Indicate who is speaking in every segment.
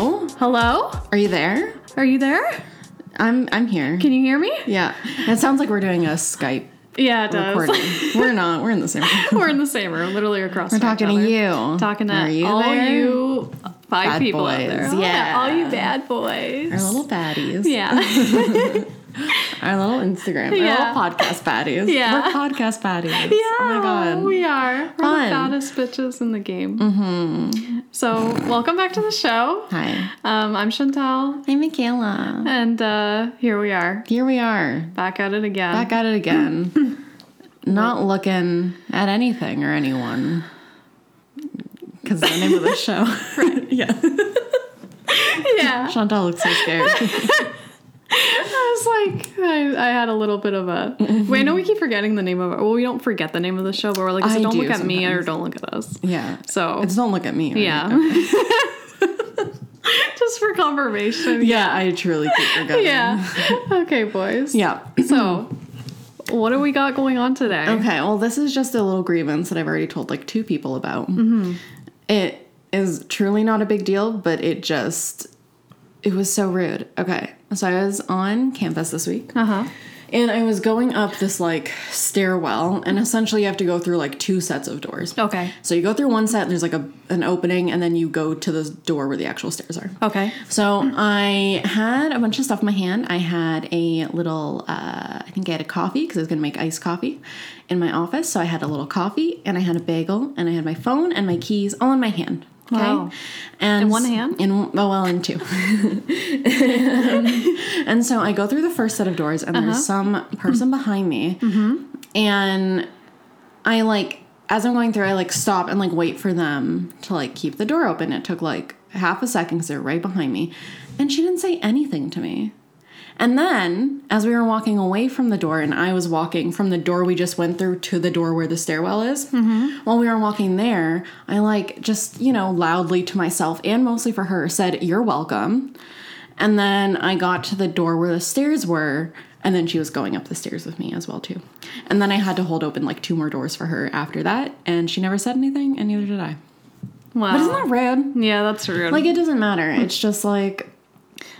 Speaker 1: Hello?
Speaker 2: Are you there?
Speaker 1: Are you there?
Speaker 2: I'm I'm here.
Speaker 1: Can you hear me?
Speaker 2: yeah. It sounds like we're doing a Skype
Speaker 1: Yeah, it does.
Speaker 2: recording. we're not. We're in the same room.
Speaker 1: We're in the same room, literally across. We're
Speaker 2: talking to you.
Speaker 1: Talking to
Speaker 2: Are you
Speaker 1: all
Speaker 2: there?
Speaker 1: you five
Speaker 2: Bad
Speaker 1: people out
Speaker 2: boys.
Speaker 1: there.
Speaker 2: Yeah.
Speaker 1: all you bad boys.
Speaker 2: Our little baddies.
Speaker 1: yeah,
Speaker 2: Our little Instagram.
Speaker 1: Yeah.
Speaker 2: Our little podcast baddies.
Speaker 1: Yeah.
Speaker 2: We're podcast baddies. Oh
Speaker 1: yeah.
Speaker 2: my god.
Speaker 1: we are. We're
Speaker 2: Fun.
Speaker 1: the baddest bitches in the game. Mm-hmm. So, welcome back to the show.
Speaker 2: Hi.
Speaker 1: Um, I'm Chantal,
Speaker 2: I'm Michaela.
Speaker 1: and uh, here we are
Speaker 2: Here we are.
Speaker 1: back at it again.
Speaker 2: Back at it again. not looking at anything or anyone. Because the name of the show. yeah.
Speaker 1: yeah,
Speaker 2: Chantal looks so scared.
Speaker 1: I was like, I, I had a little bit of a.
Speaker 2: Mm-hmm.
Speaker 1: Wait, I know we keep forgetting the name of it. Well, we don't forget the name of the show, but we're like, so
Speaker 2: I
Speaker 1: don't
Speaker 2: do
Speaker 1: look at me or don't look at us.
Speaker 2: yeah.
Speaker 1: So
Speaker 2: It's don't look at me. right?
Speaker 1: Oh. yeah, just for confirmation.
Speaker 2: Yeah, I truly keep forgetting.
Speaker 1: Yeah. okay, boys.
Speaker 2: Yeah.
Speaker 1: So, what do we got going on today?
Speaker 2: Okay, well, this is just a little grievance that I've already told like two people about.
Speaker 1: Mm-hmm.
Speaker 2: It is truly not a big deal, but it just, it was so rude. Okay, so I was on campus this week
Speaker 1: Uh huh.
Speaker 2: and I was going up this like stairwell, and essentially you have to go through like two sets of doors.
Speaker 1: Okay.
Speaker 2: So you go through one set and there's like a, an opening, and then you go to the door where the actual stairs are.
Speaker 1: Okay.
Speaker 2: So I had a bunch of stuff in my hand. I had a little, uh, I think I had a coffee because I was going to make iced coffee in my office. So I had a little coffee and I had a bagel and I had my phone and my keys all in my hand. Okay.
Speaker 1: Wow.
Speaker 2: And
Speaker 1: In one hand?
Speaker 2: In oh well, in two. and so I go through the first set of doors, and there's some
Speaker 1: Uh-huh.
Speaker 2: person behind me,
Speaker 1: Mm-hmm.
Speaker 2: and I like as I'm going through, I like stop and like wait for them to like keep the door open. It took like half a second because they're right behind me, and she didn't say anything to me. And then, as we were walking away from the door, and I was walking from the door we just went through to the door where the stairwell is, while we were walking there, I like just, you know, loudly to myself and mostly for her said, You're welcome. And then I got to the door where the stairs were, and then she was going up the stairs with me as well too. And then I had to hold open like two more doors for her after that, and she never said anything, and neither did I.
Speaker 1: Wow.
Speaker 2: But isn't that rude?
Speaker 1: yeah, that's rude.
Speaker 2: Like it doesn't matter. It's just like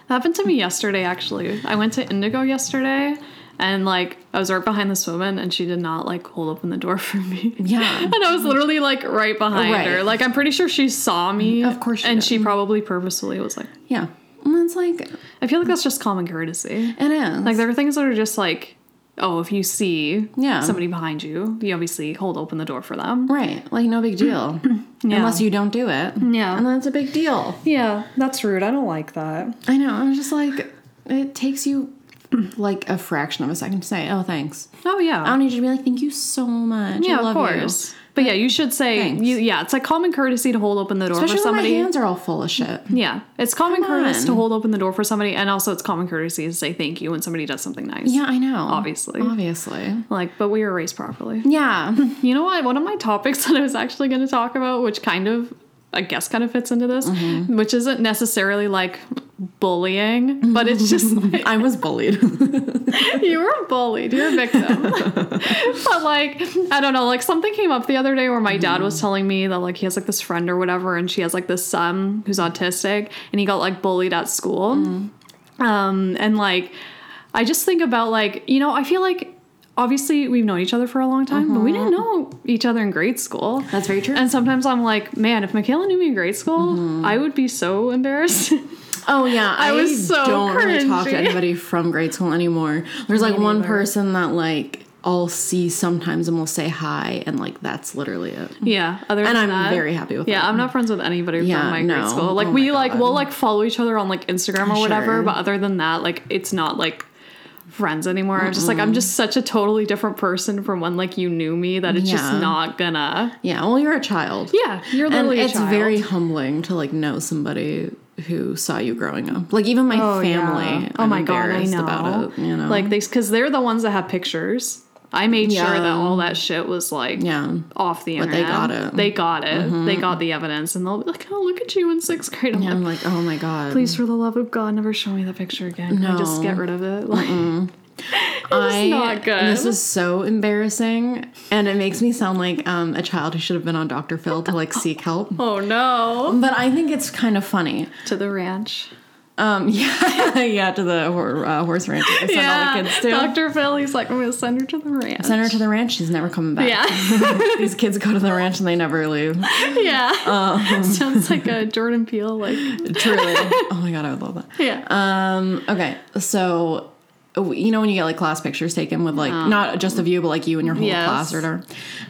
Speaker 1: That happened to me yesterday, actually. I went to Indigo yesterday, and like I was right behind this woman, and she did not like hold open the door for me.
Speaker 2: Yeah.
Speaker 1: and I was literally like right behind
Speaker 2: Right.
Speaker 1: her. Like I'm pretty sure she saw me.
Speaker 2: Of course she
Speaker 1: and
Speaker 2: did.
Speaker 1: she probably purposefully was like.
Speaker 2: yeah. And it's like
Speaker 1: I feel like that's just common courtesy.
Speaker 2: it is.
Speaker 1: Like there are things that are just like, oh, if you see
Speaker 2: Yeah.
Speaker 1: somebody behind you, you obviously hold open the door for them.
Speaker 2: right. Like no big deal. Unless you don't do it.
Speaker 1: Yeah.
Speaker 2: And then it's a big deal.
Speaker 1: Yeah, that's rude. I don't like that.
Speaker 2: I know. I'm just like, it takes you like a fraction of a second to say, "Oh, thanks."
Speaker 1: Oh yeah.
Speaker 2: I don't need you to be like, "Thank you so much."
Speaker 1: yeah,
Speaker 2: I love
Speaker 1: of
Speaker 2: You.
Speaker 1: course. But yeah, you should say
Speaker 2: Thanks.
Speaker 1: you, yeah, it's like common courtesy to hold open the door
Speaker 2: Especially
Speaker 1: for
Speaker 2: when
Speaker 1: somebody.
Speaker 2: my hands are all full of shit.
Speaker 1: Yeah, it's common
Speaker 2: Come
Speaker 1: courtesy to
Speaker 2: on.
Speaker 1: hold open the door for somebody, and also it's common courtesy to say thank you when somebody does something nice.
Speaker 2: Yeah, I know.
Speaker 1: Obviously.
Speaker 2: Obviously.
Speaker 1: Like, but we were raised properly.
Speaker 2: Yeah.
Speaker 1: You know what? One of my topics that I was actually going to talk about, which kind of, I guess, kind of fits into this, which isn't necessarily like bullying, but it's just like
Speaker 2: I was bullied.
Speaker 1: you were bullied, you're a victim. but like, I don't know, like something came up the other day where my dad
Speaker 2: Mm-hmm.
Speaker 1: was telling me that like he has like this friend or whatever, and she has like this son who's autistic, and he got like bullied at school.
Speaker 2: Mm.
Speaker 1: Um, and like, I just think about like, you know, I feel like obviously we've known each other for a long time, but we didn't know each other in grade school.
Speaker 2: Mm-hmm. That's very true. Mm-hmm.
Speaker 1: And sometimes I'm like, man, if Michaela knew me in grade school, I would be so embarrassed.
Speaker 2: oh yeah, I,
Speaker 1: was so
Speaker 2: don't really talk to
Speaker 1: cringy.
Speaker 2: anybody from grade school anymore. There's like one person that like I'll see sometimes and will say hi, and like that's literally it.
Speaker 1: yeah. Other
Speaker 2: And
Speaker 1: than
Speaker 2: I'm
Speaker 1: that-
Speaker 2: very happy with
Speaker 1: Yeah,
Speaker 2: that.
Speaker 1: I'm not friends with anybody
Speaker 2: Yeah,
Speaker 1: from my
Speaker 2: no.
Speaker 1: grade school. Like
Speaker 2: Oh
Speaker 1: we
Speaker 2: my
Speaker 1: like
Speaker 2: God.
Speaker 1: we'll like follow each other on like Instagram or whatever,
Speaker 2: Sure.
Speaker 1: but other than that, like it's not like friends anymore. I'm just like I'm just such a totally different person from when like you knew me that it's just
Speaker 2: Yeah.
Speaker 1: not gonna.
Speaker 2: Yeah. Well, you're a child.
Speaker 1: Yeah, you're
Speaker 2: And
Speaker 1: literally a
Speaker 2: it's
Speaker 1: child.
Speaker 2: very humbling to like know somebody who saw you growing up. Like even my
Speaker 1: Oh,
Speaker 2: family.
Speaker 1: yeah. Oh
Speaker 2: I'm
Speaker 1: my god, I
Speaker 2: embarrassed
Speaker 1: know.
Speaker 2: About it, you know.
Speaker 1: Like they, because they're the ones that have pictures. I made sure
Speaker 2: Yeah.
Speaker 1: that all that shit was like
Speaker 2: yeah.
Speaker 1: off the
Speaker 2: they
Speaker 1: internet.
Speaker 2: got it. Mm-hmm.
Speaker 1: They got it. They got the evidence, and they'll be like, "Oh, look at you in sixth grade." I'm
Speaker 2: And I'm
Speaker 1: like,
Speaker 2: like, oh my god.
Speaker 1: "Please, for the love of God, never show me that picture again. Can I just
Speaker 2: No.
Speaker 1: get rid of it." Like,
Speaker 2: I
Speaker 1: not good.
Speaker 2: This is so embarrassing, and it makes me sound like um, a child who should have been on Dr. Phil to like seek help.
Speaker 1: Oh no.
Speaker 2: But I think it's kind of funny.
Speaker 1: To the ranch.
Speaker 2: Um, yeah, yeah, to the hor- uh, horse ranch. that they send all the kids to.
Speaker 1: Dr. Phil, he's like, I'm gonna send her to the ranch.
Speaker 2: Send her to the ranch. She's never coming back.
Speaker 1: Yeah.
Speaker 2: These kids go to the ranch and they never leave.
Speaker 1: yeah.
Speaker 2: Um.
Speaker 1: Sounds like a Jordan Peele, like
Speaker 2: Truly. oh my god, I would love that.
Speaker 1: Yeah.
Speaker 2: Um, okay, so w- you know when you get like class pictures taken with like not just of you, but like you and your whole
Speaker 1: Uh-huh. Yes.
Speaker 2: class or whatever.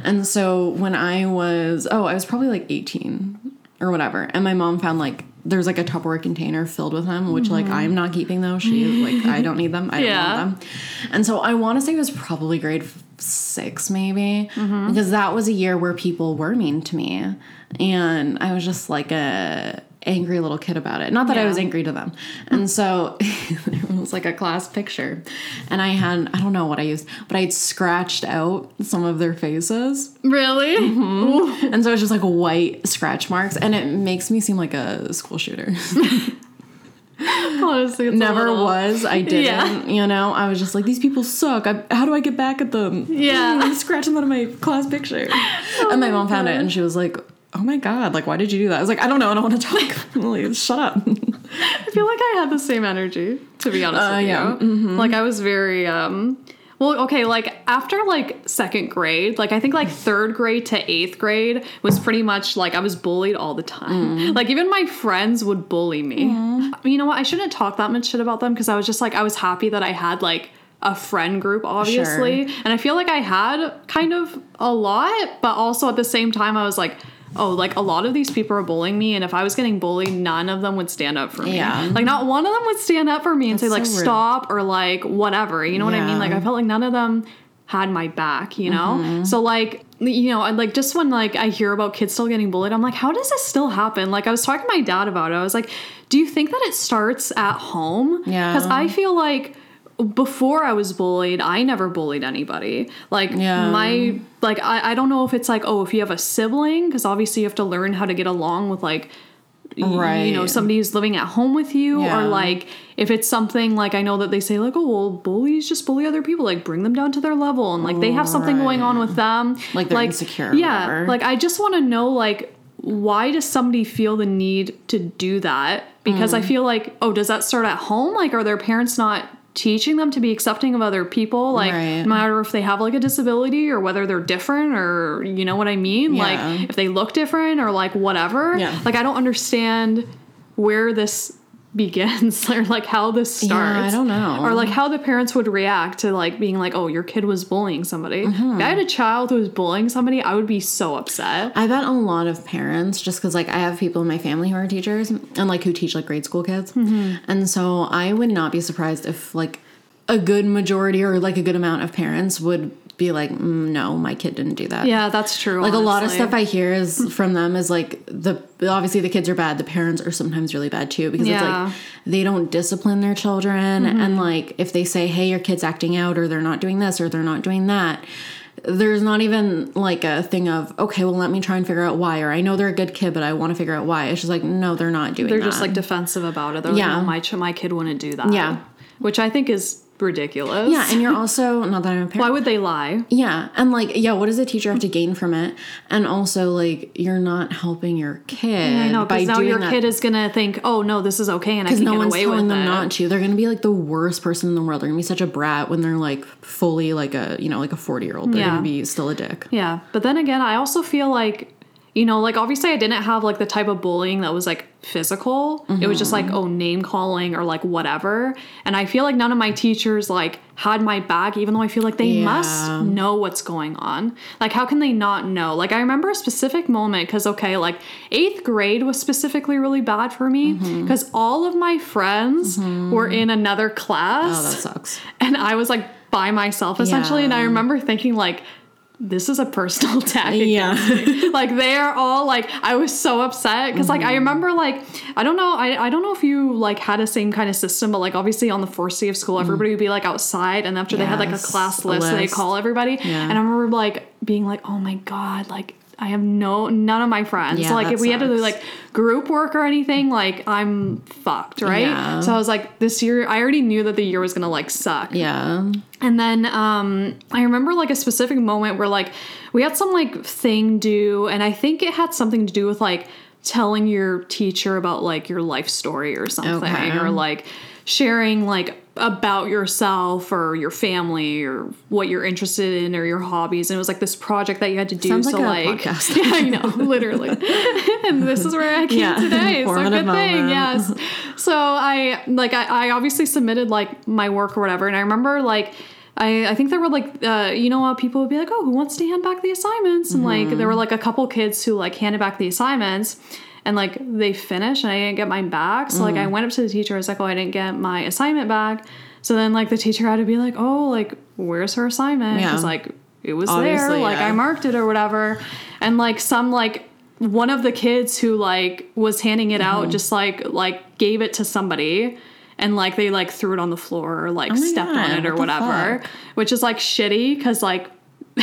Speaker 2: And so when I was oh, I was probably like eighteen or whatever, and my mom found like there's like a Tupperware container filled with them, which like I'm not keeping though. She like I don't need them. I don't
Speaker 1: Mm-hmm. Yeah.
Speaker 2: want them. And so I want to say it was probably grade f- six maybe because that was a year where people were mean to me, and I was just like a angry little kid about it. Not that I
Speaker 1: Yeah.
Speaker 2: was angry to them. And so it was like a class picture. And I had, I don't know what I used, but I had scratched out some of their faces.
Speaker 1: Really?
Speaker 2: Mm-hmm. And so it was just like white scratch marks. And it makes me seem like a school shooter.
Speaker 1: Honestly, it's a
Speaker 2: Never
Speaker 1: little-
Speaker 2: was. I didn't.
Speaker 1: Yeah.
Speaker 2: You know, I was just like, these people suck. I, how do I get back at them?
Speaker 1: Yeah.
Speaker 2: Mm, scratching them out of my class picture. and Oh my, mom found it and she was like, oh my God, like, why did you do that? I was like, I don't know. I don't want to talk. Like, Shut up.
Speaker 1: I feel like I had the same energy, to be honest
Speaker 2: Uh,
Speaker 1: with
Speaker 2: yeah.
Speaker 1: you. Like I was very um well, okay, like after like second grade, like I think like third grade to eighth grade was pretty much like I was bullied all the time.
Speaker 2: Mm.
Speaker 1: Like even my friends would bully me. You know what? I shouldn't talk that much shit about them because I was just like I was happy that I had like a friend group, obviously. And I feel like I had kind of a lot, but also at the same time I was like Oh, like a lot of these people are bullying me, and if I was getting bullied, none of them would stand up for me.
Speaker 2: Yeah.
Speaker 1: Like not one of them would stand up for me and say
Speaker 2: That's
Speaker 1: like
Speaker 2: so rude.
Speaker 1: stop or like whatever. You know what I
Speaker 2: Yeah. Mm-hmm.
Speaker 1: mean? Like I felt like none of them had my back, you know? So like you know, and like just when like I hear about kids still getting bullied, I'm like, how does this still happen? Like I was talking to my dad about it. I was like, do you think that it starts at home?
Speaker 2: Yeah.
Speaker 1: Because I feel like before I was bullied, I never bullied anybody. Like
Speaker 2: Yeah.
Speaker 1: my like I, I don't know if it's like, oh, if you have a sibling, because obviously you have to learn how to get along with like y- you know
Speaker 2: Right.
Speaker 1: somebody who's living at home with you
Speaker 2: Yeah.
Speaker 1: or like if it's something like i know that they say like oh well bullies just bully other people like bring them down to their level and like they have something going on with them
Speaker 2: Like, they're insecure or
Speaker 1: yeah
Speaker 2: whatever.
Speaker 1: like i just want to know like why does somebody feel the need to do that because
Speaker 2: Mm.
Speaker 1: i feel like oh does that start at home like are their parents not teaching them to be accepting of other people like
Speaker 2: Right.
Speaker 1: no matter if they have like a disability or whether they're different or you know what i mean
Speaker 2: Yeah.
Speaker 1: like if they look different or like whatever
Speaker 2: Yeah.
Speaker 1: like I don't understand where this begins or like how this starts.
Speaker 2: Yeah, I don't know.
Speaker 1: Or like how the parents would react to like being like, "Oh, your kid was bullying somebody."
Speaker 2: Mm-hmm.
Speaker 1: If I had a child who was bullying somebody, I would be so upset.
Speaker 2: I bet a lot of parents, just because like I have people in my family who are teachers and like who teach like grade school kids, and so I would not be surprised if like a good majority or like a good amount of parents would be like, mm, no, my kid didn't do that.
Speaker 1: Yeah, that's true.
Speaker 2: Like a lot of
Speaker 1: honestly.
Speaker 2: stuff I hear is from them is like the obviously the kids are bad, the parents are sometimes really bad too because
Speaker 1: Yeah. Mm-hmm.
Speaker 2: it's like they don't discipline their children and like if they say hey your kid's acting out or they're not doing this or they're not doing that there's not even like a thing of okay well let me try and figure out why or I know they're a good kid but I want to figure out why. It's just like no they're not doing
Speaker 1: They're
Speaker 2: that.
Speaker 1: just like defensive about it. They're
Speaker 2: Yeah.
Speaker 1: like, "No, my ch- my kid wouldn't do that."
Speaker 2: Yeah.
Speaker 1: Which I think is ridiculous.
Speaker 2: yeah, and you're also not that I'm a parent.
Speaker 1: Why would they lie?
Speaker 2: Yeah. And like, yeah, what does a teacher have to gain from it? And also, like, you're not helping your kid.
Speaker 1: I know
Speaker 2: by
Speaker 1: because now
Speaker 2: doing
Speaker 1: your
Speaker 2: that.
Speaker 1: kid is gonna think, "Oh no, this is okay," and I
Speaker 2: because
Speaker 1: can
Speaker 2: no
Speaker 1: get
Speaker 2: one's
Speaker 1: away with
Speaker 2: telling them
Speaker 1: it.
Speaker 2: not to. They're gonna be like the worst person in the world. They're gonna be such a brat when they're like fully like a you know like a forty year old. They're
Speaker 1: Yeah.
Speaker 2: gonna be still a dick.
Speaker 1: Yeah, but then again, I also feel like, you know, like obviously I didn't have like the type of bullying that was like physical. It was just
Speaker 2: Mm-hmm.
Speaker 1: like oh name calling or like whatever. And I feel like none of my teachers like had my back, even though I feel like they
Speaker 2: Yeah.
Speaker 1: must know what's going on. Like how can they not know? Like I remember a specific moment because okay, like eighth grade was specifically really bad for me
Speaker 2: Mm-hmm.
Speaker 1: because all of my friends were in another class
Speaker 2: Oh, that sucks.
Speaker 1: and I was like by myself essentially. And I
Speaker 2: Yeah.
Speaker 1: remember thinking like, this is a personal attack.
Speaker 2: Yeah,
Speaker 1: like they are all like, I was so upset because
Speaker 2: Mm-hmm.
Speaker 1: like I remember like I don't know I, I don't know if you like had a same kind of system, but like obviously on the first day of school, everybody would be like outside, and after they had like a
Speaker 2: Mm-hmm. Yes,
Speaker 1: class
Speaker 2: a
Speaker 1: list, they
Speaker 2: list.
Speaker 1: call everybody.
Speaker 2: Yeah.
Speaker 1: And I remember like being like, oh my god, like. I have no none of my friends.
Speaker 2: Yeah,
Speaker 1: like
Speaker 2: that
Speaker 1: if we had to do
Speaker 2: sucks.
Speaker 1: like group work or anything, like I'm fucked, right?
Speaker 2: Yeah.
Speaker 1: So I was like, this year I already knew that the year was gonna like suck.
Speaker 2: Yeah.
Speaker 1: And then um, I remember like a specific moment where like we had some like thing due, and I think it had something to do with like telling your teacher about like your life story or something,
Speaker 2: Okay.
Speaker 1: or like sharing like about yourself or your family or what you're interested in or your hobbies. And it was like this project that you had to do.
Speaker 2: Sounds
Speaker 1: so
Speaker 2: like a
Speaker 1: like,
Speaker 2: podcast.
Speaker 1: yeah, I know, literally. and this is where I came
Speaker 2: Yeah,
Speaker 1: today. So good
Speaker 2: informative
Speaker 1: thing,
Speaker 2: moment.
Speaker 1: yes yes. So I like I, I obviously submitted like my work or whatever, and I remember like I, I think there were like uh, you know how people would be like, oh, who wants to hand back the assignments? And like there were like a couple kids who like handed back the assignments. And like they finished and I didn't get mine back. So like I went up to the teacher, I was like, Oh, I didn't get my assignment back. So then like the teacher had to be like, Oh, like, where's her assignment?
Speaker 2: Yeah.
Speaker 1: Because like it was there.
Speaker 2: Obviously,
Speaker 1: Like
Speaker 2: yeah.
Speaker 1: I marked it or whatever. And like some like one of the kids who like was handing it
Speaker 2: Mm-hmm.
Speaker 1: out just like like gave it to somebody and like they like threw it on the floor or like
Speaker 2: Oh my
Speaker 1: stepped on
Speaker 2: God,
Speaker 1: it or
Speaker 2: what the
Speaker 1: whatever. Which is like shitty because like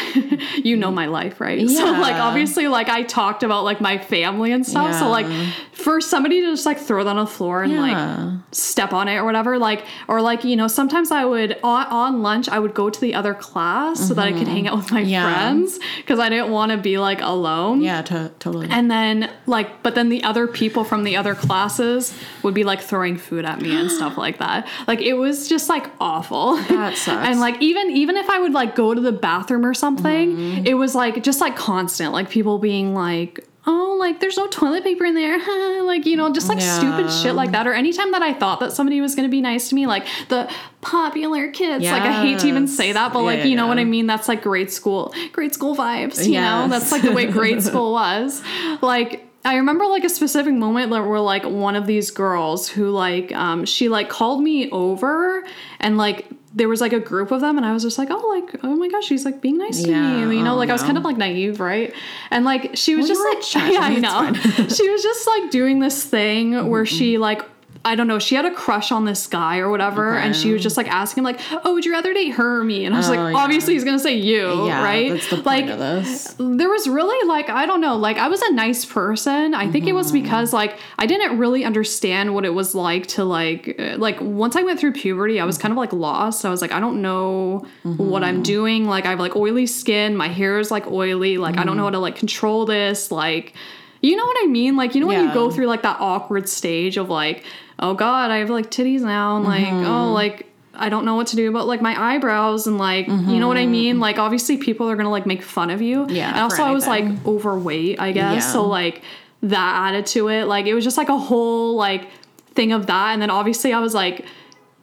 Speaker 1: you know my life, right? So like
Speaker 2: Mm. Yeah.
Speaker 1: obviously like I talked about like my family and stuff. So
Speaker 2: Yeah.
Speaker 1: like for somebody to just like throw that on the floor and like
Speaker 2: yeah.
Speaker 1: step on it or whatever like or like you know sometimes i would on, on lunch i would go to the other class so that i could hang out with my
Speaker 2: Yeah.
Speaker 1: friends because i didn't want to be like alone
Speaker 2: Yeah, to- totally.
Speaker 1: and then like but then the other people from the other classes would be like throwing food at me and stuff like that like it was just like awful
Speaker 2: That sucks.
Speaker 1: and like even even if i would like go to the bathroom or something
Speaker 2: Mm-hmm.
Speaker 1: it was like just like constant like people being like oh like there's no toilet paper in there huh," like you know just like
Speaker 2: Yeah.
Speaker 1: stupid shit like that or anytime that i thought that somebody was going to be nice to me like the popular kids like i hate to even say
Speaker 2: Yes.
Speaker 1: that but
Speaker 2: Yeah,
Speaker 1: like
Speaker 2: yeah,
Speaker 1: you know what
Speaker 2: yeah.
Speaker 1: i mean that's like grade school grade school vibes you know
Speaker 2: Yes.
Speaker 1: that's like the way grade school was like i remember like a specific moment that where like one of these girls who like um she like called me over and like there was like a group of them and i was just like oh like oh my gosh she's like being nice to
Speaker 2: Yeah,
Speaker 1: me you know
Speaker 2: oh,
Speaker 1: like i was
Speaker 2: no.
Speaker 1: kind of like naive right and like she was
Speaker 2: Well, you were a
Speaker 1: just like
Speaker 2: child,
Speaker 1: yeah i
Speaker 2: it's
Speaker 1: know she was just like doing this thing where
Speaker 2: Mm-hmm.
Speaker 1: she like I don't know. She had a crush on this guy or whatever, and she was just like asking him, like, "Oh, would you rather date her or me?" And I was
Speaker 2: Oh,
Speaker 1: like,
Speaker 2: yeah.
Speaker 1: "Obviously, he's gonna say you,
Speaker 2: yeah,
Speaker 1: oh, right?"
Speaker 2: That's the point
Speaker 1: like,
Speaker 2: of this.
Speaker 1: there was really like I don't know, like I was a nice person. I think it was because like I didn't really understand what it was like to like uh, like once I went through puberty, I was kind of like lost. I was like I don't know what I'm doing. Like I have like oily skin, my hair is like oily. Like I don't know how to like control this. Like you know what I mean? Like you know when you
Speaker 2: Yeah.
Speaker 1: go through like that awkward stage of like oh god, I have like titties now and like oh like I don't know what to do about like my eyebrows and like you know what I mean? Like obviously people are going to like make fun of you.
Speaker 2: Yeah,
Speaker 1: And also
Speaker 2: for
Speaker 1: I was like
Speaker 2: anything.
Speaker 1: overweight, I guess.
Speaker 2: Yeah.
Speaker 1: So like that added to it. Like it was just like a whole like thing of that. And then obviously I was like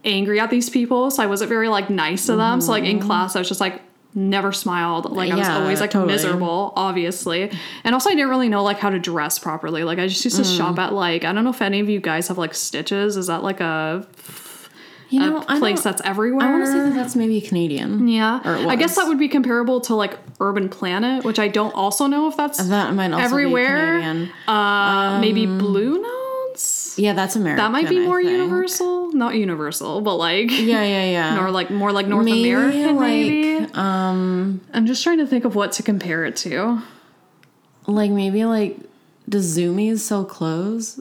Speaker 1: angry at these people. So I wasn't very like nice to them. So like in class I was just like never smiled. Like I was
Speaker 2: Mm-hmm. Yeah,
Speaker 1: always like
Speaker 2: totally.
Speaker 1: miserable, obviously. And also I didn't really know like how to dress properly. Like I just used to
Speaker 2: Mm.
Speaker 1: shop at like I don't know if any of you guys have like stitches. Is that like a
Speaker 2: You
Speaker 1: a
Speaker 2: know, I
Speaker 1: place
Speaker 2: don't-
Speaker 1: that's everywhere.
Speaker 2: I want to say that that's maybe Canadian.
Speaker 1: yeah,
Speaker 2: or it
Speaker 1: I guess
Speaker 2: was.
Speaker 1: that would be comparable to like Urban Planet, which I don't also know if that's
Speaker 2: That might also
Speaker 1: everywhere.
Speaker 2: be Canadian.
Speaker 1: Uh, maybe Blue Notes.
Speaker 2: Yeah, that's American.
Speaker 1: That might be
Speaker 2: Um, I
Speaker 1: more
Speaker 2: think.
Speaker 1: universal, not universal, but like
Speaker 2: Yeah, yeah, yeah.
Speaker 1: or like more like North American. maybe
Speaker 2: like um
Speaker 1: I'm just trying to think of what to compare it to.
Speaker 2: like maybe like does Zoomies sell clothes?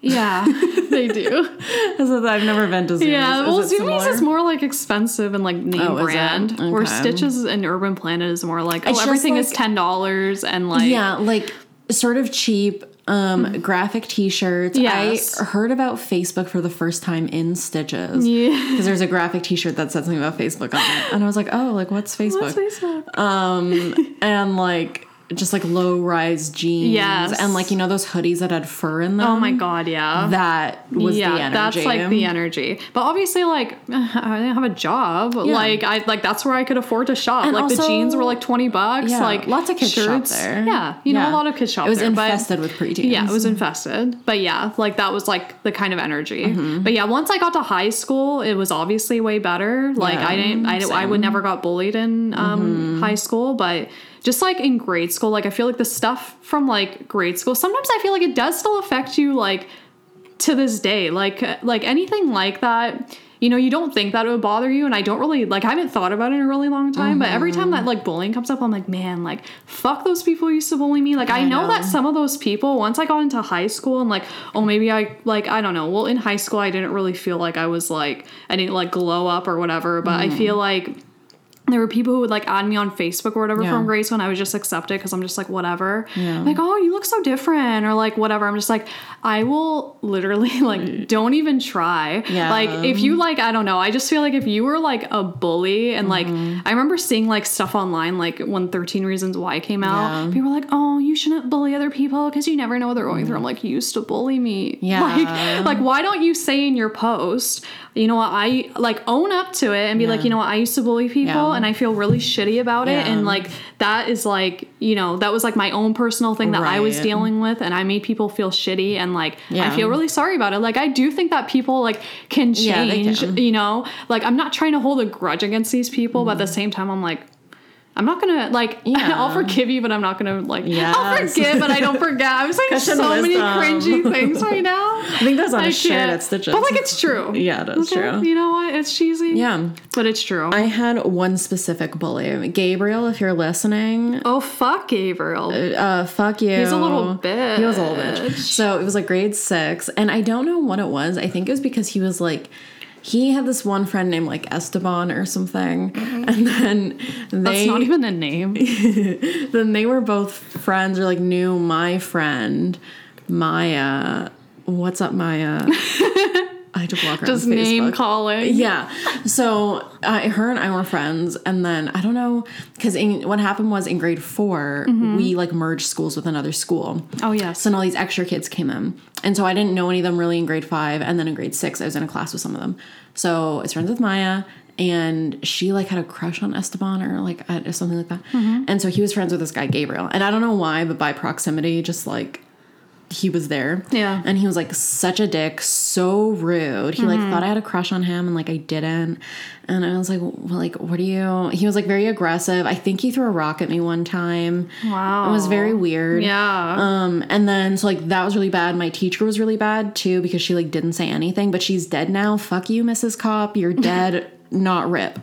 Speaker 1: Yeah, they do.
Speaker 2: Is it, I've never been to Zoomies.
Speaker 1: Yeah,
Speaker 2: Is
Speaker 1: well,
Speaker 2: it
Speaker 1: Zoomies
Speaker 2: similar?
Speaker 1: is more like expensive and like name
Speaker 2: Oh, is it?
Speaker 1: brand, where
Speaker 2: Okay.
Speaker 1: Stitches and Urban Planet is more like oh,
Speaker 2: It's just,
Speaker 1: everything is
Speaker 2: like-
Speaker 1: ten dollars and like Mm-hmm.
Speaker 2: yeah, like sort of cheap um graphic t-shirts.
Speaker 1: Yes.
Speaker 2: I heard about Facebook for the first time in Stitches.
Speaker 1: Yeah.
Speaker 2: Because there's a graphic t-shirt that said something about Facebook on it. And I was like, "Oh, like what's Facebook?"
Speaker 1: What's Facebook?
Speaker 2: um and like just like low rise jeans
Speaker 1: Yes.
Speaker 2: and like you know those hoodies that had fur in them
Speaker 1: Oh my god, yeah.
Speaker 2: that was
Speaker 1: yeah,
Speaker 2: the energy
Speaker 1: that's like the energy. But obviously, like I didn't have a job. Like I like that's where I could afford to shop. like the
Speaker 2: also-
Speaker 1: jeans were like twenty bucks.
Speaker 2: Yeah,
Speaker 1: like
Speaker 2: lots of kids shop
Speaker 1: shirts.
Speaker 2: there.
Speaker 1: Yeah, you know
Speaker 2: Yeah.
Speaker 1: a lot of kids shop
Speaker 2: it was
Speaker 1: there. but-
Speaker 2: infested with preteens
Speaker 1: yeah, it was infested. But yeah, like that was like the kind of energy.
Speaker 2: Mm-hmm.
Speaker 1: But yeah, once I got to high school, it was obviously way better.
Speaker 2: Yeah,
Speaker 1: Like I
Speaker 2: Mm-hmm.
Speaker 1: didn't, I, didn't- I would never got bullied in um, high school, but just like in grade school, like I feel like the stuff from like grade school, sometimes I feel like it does still affect you like to this day. Like like anything like that, you know, you don't think that it would bother you. And I don't really, like, I haven't thought about it in a really long time. But every time that, like, bullying comes up, I'm like, man, like, fuck those people who used to bully me. Like, I,
Speaker 2: I
Speaker 1: know,
Speaker 2: know.
Speaker 1: that some of those people, once I got into high school and, like, oh, maybe I, like, I don't know. Well, in high school, I didn't really feel like I was, like, I didn't, like, glow up or whatever. But I feel like, there were people who would like add me on Facebook or whatever
Speaker 2: Yeah.
Speaker 1: from Grace when I would just accept it because I'm just like whatever.
Speaker 2: Yeah.
Speaker 1: Like, oh, you look so different or like whatever. I'm just like, I will literally like don't even try.
Speaker 2: Yeah.
Speaker 1: Like if you like, I don't know. I just feel like if you were like a bully and like
Speaker 2: Mm-hmm.
Speaker 1: I remember seeing like stuff online like when 13 Reasons Why came out,
Speaker 2: Yeah.
Speaker 1: people were like, oh, you shouldn't bully other people because you never know what they're going through. I'm like, you used to bully me.
Speaker 2: Yeah.
Speaker 1: Like, like why don't you say in your post, you know what, I like own up to it and be like,
Speaker 2: Yeah.
Speaker 1: you know what, I used to bully people
Speaker 2: Yeah.
Speaker 1: and I feel really shitty about it.
Speaker 2: Yeah.
Speaker 1: And like that is like, you know, that was like my own personal thing that I was
Speaker 2: Right.
Speaker 1: dealing with and I made people feel shitty and like I
Speaker 2: Yeah.
Speaker 1: feel really sorry about it. Like I do think that people like can
Speaker 2: Yeah, they
Speaker 1: change,
Speaker 2: can.
Speaker 1: you know. Like I'm not trying to hold a grudge against these people, but at the same time I'm like I'm not gonna like.
Speaker 2: Mm. Yeah.
Speaker 1: I'll forgive you, but I'm not gonna like. I'll
Speaker 2: Yes.
Speaker 1: forgive, but I don't forget. I'm saying
Speaker 2: Cushion
Speaker 1: so many
Speaker 2: wisdom.
Speaker 1: cringy things right now.
Speaker 2: I think that's on a
Speaker 1: I
Speaker 2: shirt
Speaker 1: can't.
Speaker 2: at Stitches.
Speaker 1: But like it's true.
Speaker 2: Yeah, that's true.
Speaker 1: You know what? It's cheesy.
Speaker 2: Yeah.
Speaker 1: But it's true.
Speaker 2: I had one specific bully. Gabriel, if you're listening,
Speaker 1: oh fuck Gabriel.
Speaker 2: uh, fuck you.
Speaker 1: He's a little bitch.
Speaker 2: He was a little bitch. So it was like grade six, and I don't know what it was. I think it was because he was like, he had this one friend named like Esteban or something, and then
Speaker 1: Mm-hmm. That's
Speaker 2: they
Speaker 1: not even a name.
Speaker 2: then they were both friends or like knew my friend Maya. What's up, Maya? I had to block her
Speaker 1: Just
Speaker 2: on Facebook.
Speaker 1: name calling.
Speaker 2: Yeah. So uh, her and I were friends, and then I don't know because what happened was in grade 4 we like merged schools with another school.
Speaker 1: Oh yes.
Speaker 2: So then all these extra kids came in, and so I didn't know any of them really in grade five, and then in grade six I was in a class with some of them. So I was friends with Maya. And she like had a crush on Esteban or like uh, or something like that,
Speaker 1: Mm-hmm.
Speaker 2: and so he was friends with this guy Gabriel, and I don't know why, but by proximity, just like he was there.
Speaker 1: Yeah.
Speaker 2: And he was like such a dick, so rude. He
Speaker 1: Mm-hmm.
Speaker 2: like thought I had a crush on him and like I didn't. And I was like, well, like, what do you he was like very aggressive. I think he threw a rock at me one time.
Speaker 1: Wow.
Speaker 2: It was very weird.
Speaker 1: Yeah.
Speaker 2: Um, and then so like that was really bad. My teacher was really bad too because she like didn't say anything, but she's dead now. Fuck you, Mrs. Cop. You're dead. Not rip.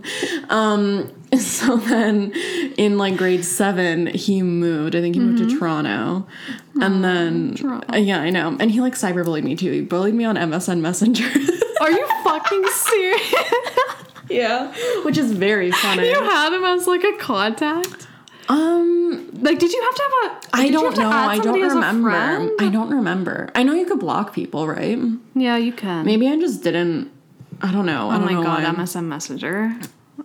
Speaker 2: um, so then in like grade seven, he moved. I think he moved to Toronto. And then
Speaker 1: Mm-hmm. Toronto.
Speaker 2: yeah, I know. And he like cyberbullied me too. He bullied me on MSN Messenger.
Speaker 1: Are you fucking serious?
Speaker 2: yeah. Which is very funny.
Speaker 1: you had him as like a contact?
Speaker 2: Um
Speaker 1: Like did you have to have a
Speaker 2: I
Speaker 1: did you
Speaker 2: don't
Speaker 1: have to
Speaker 2: know.
Speaker 1: add
Speaker 2: I don't
Speaker 1: somebody as a
Speaker 2: remember.
Speaker 1: friend?
Speaker 2: I don't remember. I know you could block people, right?
Speaker 1: Yeah, you can.
Speaker 2: Maybe I just didn't. I don't know. I
Speaker 1: Oh
Speaker 2: don't
Speaker 1: my
Speaker 2: know
Speaker 1: god,
Speaker 2: why. Oh.
Speaker 1: MSN Messenger.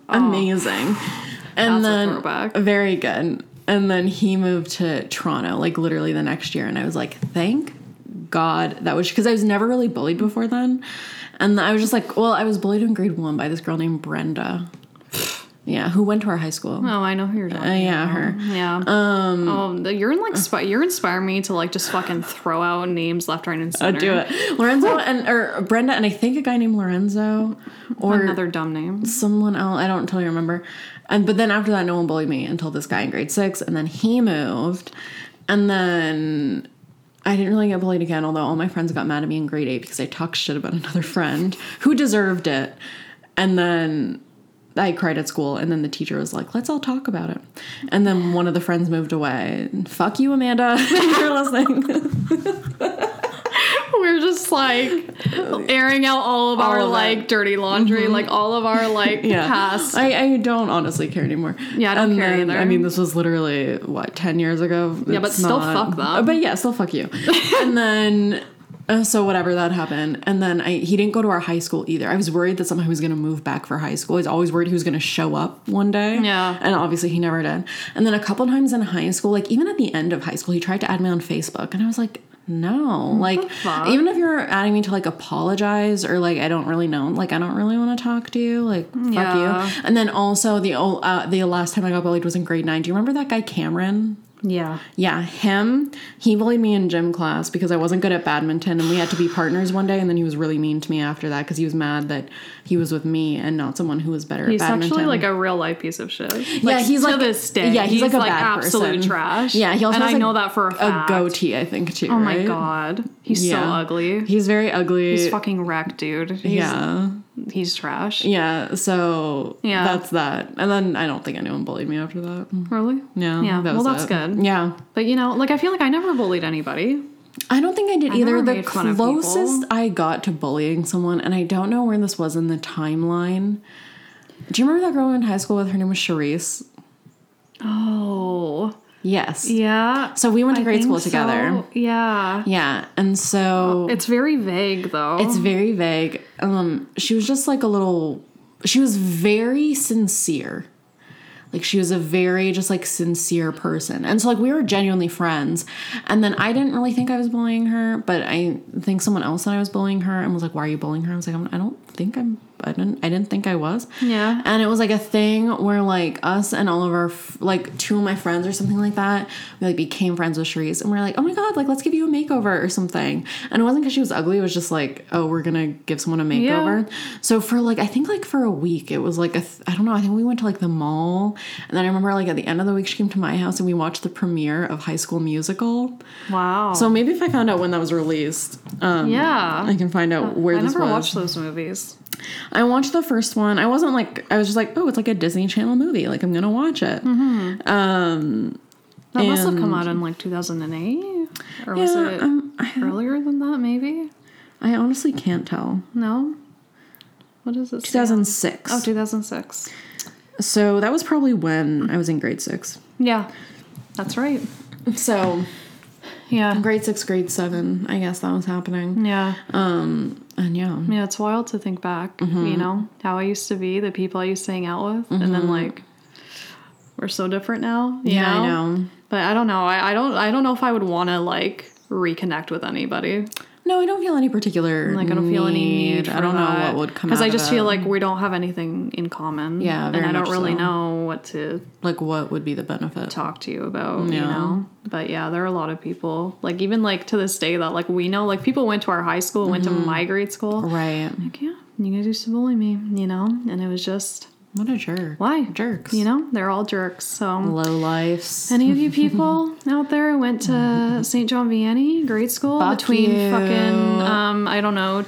Speaker 2: amazing.
Speaker 1: That's a
Speaker 2: And then
Speaker 1: throwback.
Speaker 2: very good. And then he moved to Toronto, like literally the next year, and I was like, thank God that was because I was never really bullied before then, and I was just like, well, I was bullied in grade one by this girl named Brenda, yeah, who went to our high school.
Speaker 1: Oh, I know who you're talking
Speaker 2: Uh, yeah,
Speaker 1: about.
Speaker 2: her.
Speaker 1: Yeah. Um, you're in like spi- you're inspiring me to like just fucking throw out names left, right, and
Speaker 2: Oh,
Speaker 1: center.
Speaker 2: do it, Lorenzo and or Brenda, and I think a guy named Lorenzo, or
Speaker 1: Another dumb name.
Speaker 2: someone else. I don't totally remember. And but then after that, no one bullied me until this guy in grade six, and then he moved, and then I didn't really get bullied again. Although all my friends got mad at me in grade eight because I talked shit about another friend who deserved it, and then. I cried at school, and then the teacher was like, "Let's all talk about it." And then one of the friends moved away. Fuck you, Amanda. if You're listening.
Speaker 1: We're just like airing out all of our
Speaker 2: of it. Mm-hmm.
Speaker 1: like dirty laundry, like all of our like past.
Speaker 2: I, I don't honestly care anymore.
Speaker 1: Yeah, I don't
Speaker 2: And
Speaker 1: care
Speaker 2: then,
Speaker 1: either.
Speaker 2: I mean, this was literally what ten years ago. Yeah,
Speaker 1: but still fuck them.
Speaker 2: But yeah, still fuck you. and then. Uh, so whatever that happened, and then I he didn't go to our high school either. I was worried that somehow he was going to move back for high school. I was always worried he was going to show up one day.
Speaker 1: Yeah.
Speaker 2: and obviously he never did. And then a couple times in high school, like even at the end of high school, he tried to add me on Facebook, and I was like, no, like
Speaker 1: fuck?
Speaker 2: even if you're adding me to like apologize or like I don't really know, like I don't really want to talk to you, like fuck
Speaker 1: Yeah.
Speaker 2: you. And then also the ol- uh, the last time I got bullied was in grade nine. Do you remember that guy Cameron?
Speaker 1: Yeah.
Speaker 2: Yeah, him. He bullied me in gym class because I wasn't good at badminton, and we had to be partners one day. And then he was really mean to me after that because he was mad that he was with me and not someone who was better
Speaker 1: He's
Speaker 2: at badminton.
Speaker 1: actually like a real life piece of shit.
Speaker 2: yeah, he's
Speaker 1: to
Speaker 2: like
Speaker 1: this day.
Speaker 2: Yeah, he's, like a bad
Speaker 1: absolute
Speaker 2: person.
Speaker 1: trash.
Speaker 2: Yeah, he also
Speaker 1: and
Speaker 2: has,
Speaker 1: I
Speaker 2: like,
Speaker 1: know that for a
Speaker 2: a
Speaker 1: fact.
Speaker 2: goatee, I think too.
Speaker 1: Oh my god, he's so ugly.
Speaker 2: He's very ugly.
Speaker 1: He's fucking wrecked, dude. He's
Speaker 2: yeah.
Speaker 1: he's trash.
Speaker 2: Yeah, so
Speaker 1: Yeah.
Speaker 2: that's that. And then I don't think anyone bullied me after that.
Speaker 1: Really?
Speaker 2: Yeah.
Speaker 1: Yeah.
Speaker 2: that
Speaker 1: well,
Speaker 2: was
Speaker 1: that's
Speaker 2: it.
Speaker 1: good.
Speaker 2: Yeah.
Speaker 1: But you know, like I feel like I never bullied anybody.
Speaker 2: I don't think I did either.
Speaker 1: never
Speaker 2: The
Speaker 1: made fun of people.
Speaker 2: closest I got to bullying someone, and I don't know where this was in the timeline. Do you remember that girl in high school with her name was Charisse?
Speaker 1: Oh.
Speaker 2: Yes.
Speaker 1: Yeah.
Speaker 2: So we went to
Speaker 1: I
Speaker 2: grade
Speaker 1: think
Speaker 2: school
Speaker 1: so.
Speaker 2: together.
Speaker 1: Yeah.
Speaker 2: Yeah. And so
Speaker 1: It's very vague though.
Speaker 2: it's very vague. Um, she was just like a little she was very sincere. Like she was a very just like sincere person. And so like we were genuinely friends. And then I didn't really think I was bullying her, but I think someone else thought I was bullying her and was like, Why are you bullying her? I was like, I'm, I don't think I'm I didn't I didn't think I was.
Speaker 1: Yeah.
Speaker 2: And it was like a thing where like us and all of our f- like two of my friends or something like that, we like became friends with Charisse and we are like, oh my god, like let's give you a makeover or something. And it wasn't because she was ugly; it was just like, oh, we're gonna give someone a makeover. So for like I think like for a week, it was like a th- I don't know. I think we went to like the mall, and then I remember like at the end of the week, she came to my house and we watched the premiere of High School Musical.
Speaker 1: wow.
Speaker 2: So maybe if I found out when that was released, um,
Speaker 1: yeah.
Speaker 2: I can find out where
Speaker 1: I
Speaker 2: this
Speaker 1: never
Speaker 2: was.
Speaker 1: watched those movies.
Speaker 2: I watched the first one. I wasn't like I was just like, oh, it's like a Disney Channel movie. Like I'm gonna watch it.
Speaker 1: That must have come
Speaker 2: And-
Speaker 1: out in like 2008, or was
Speaker 2: Yeah,
Speaker 1: it
Speaker 2: um, I,
Speaker 1: earlier than that? Maybe
Speaker 2: I honestly can't tell.
Speaker 1: no. What is it? say?
Speaker 2: 2006.
Speaker 1: Oh, 2006.
Speaker 2: so that was probably when I was in grade six.
Speaker 1: Yeah, that's right.
Speaker 2: So
Speaker 1: Yeah,
Speaker 2: grade six, grade seven. I guess that was happening.
Speaker 1: yeah,
Speaker 2: Um, mm-hmm. and yeah,
Speaker 1: yeah. It's wild to think back. You know how I used to be, the people I used to hang out with, and then like we're so different now. you
Speaker 2: Mm-hmm. yeah, I know.
Speaker 1: But I don't know. I, I don't. I don't know if I would want to like reconnect with anybody.
Speaker 2: No, I don't feel any particular.
Speaker 1: Like I don't feel any need.
Speaker 2: I don't know what would come.
Speaker 1: because
Speaker 2: out
Speaker 1: I
Speaker 2: of
Speaker 1: just feel
Speaker 2: it.
Speaker 1: like we don't have anything in common.
Speaker 2: Yeah, very
Speaker 1: and I
Speaker 2: much
Speaker 1: don't really
Speaker 2: so.
Speaker 1: know what to
Speaker 2: like what would be the benefit?
Speaker 1: talk to you about. You
Speaker 2: Yeah.
Speaker 1: know, but yeah, there are a lot of people. Like even like to this day that like we know like people went to our high school, went to my grade school.
Speaker 2: Mm-hmm. Right.
Speaker 1: Like yeah, you guys used to bully me. You know, and it was just
Speaker 2: What a jerk.
Speaker 1: why
Speaker 2: Jerks.
Speaker 1: You know, they're all jerks. So.
Speaker 2: Low lives.
Speaker 1: Any of you people out there who went to St. John Vianney grade school
Speaker 2: Fuck
Speaker 1: between
Speaker 2: you.
Speaker 1: fucking um I don't know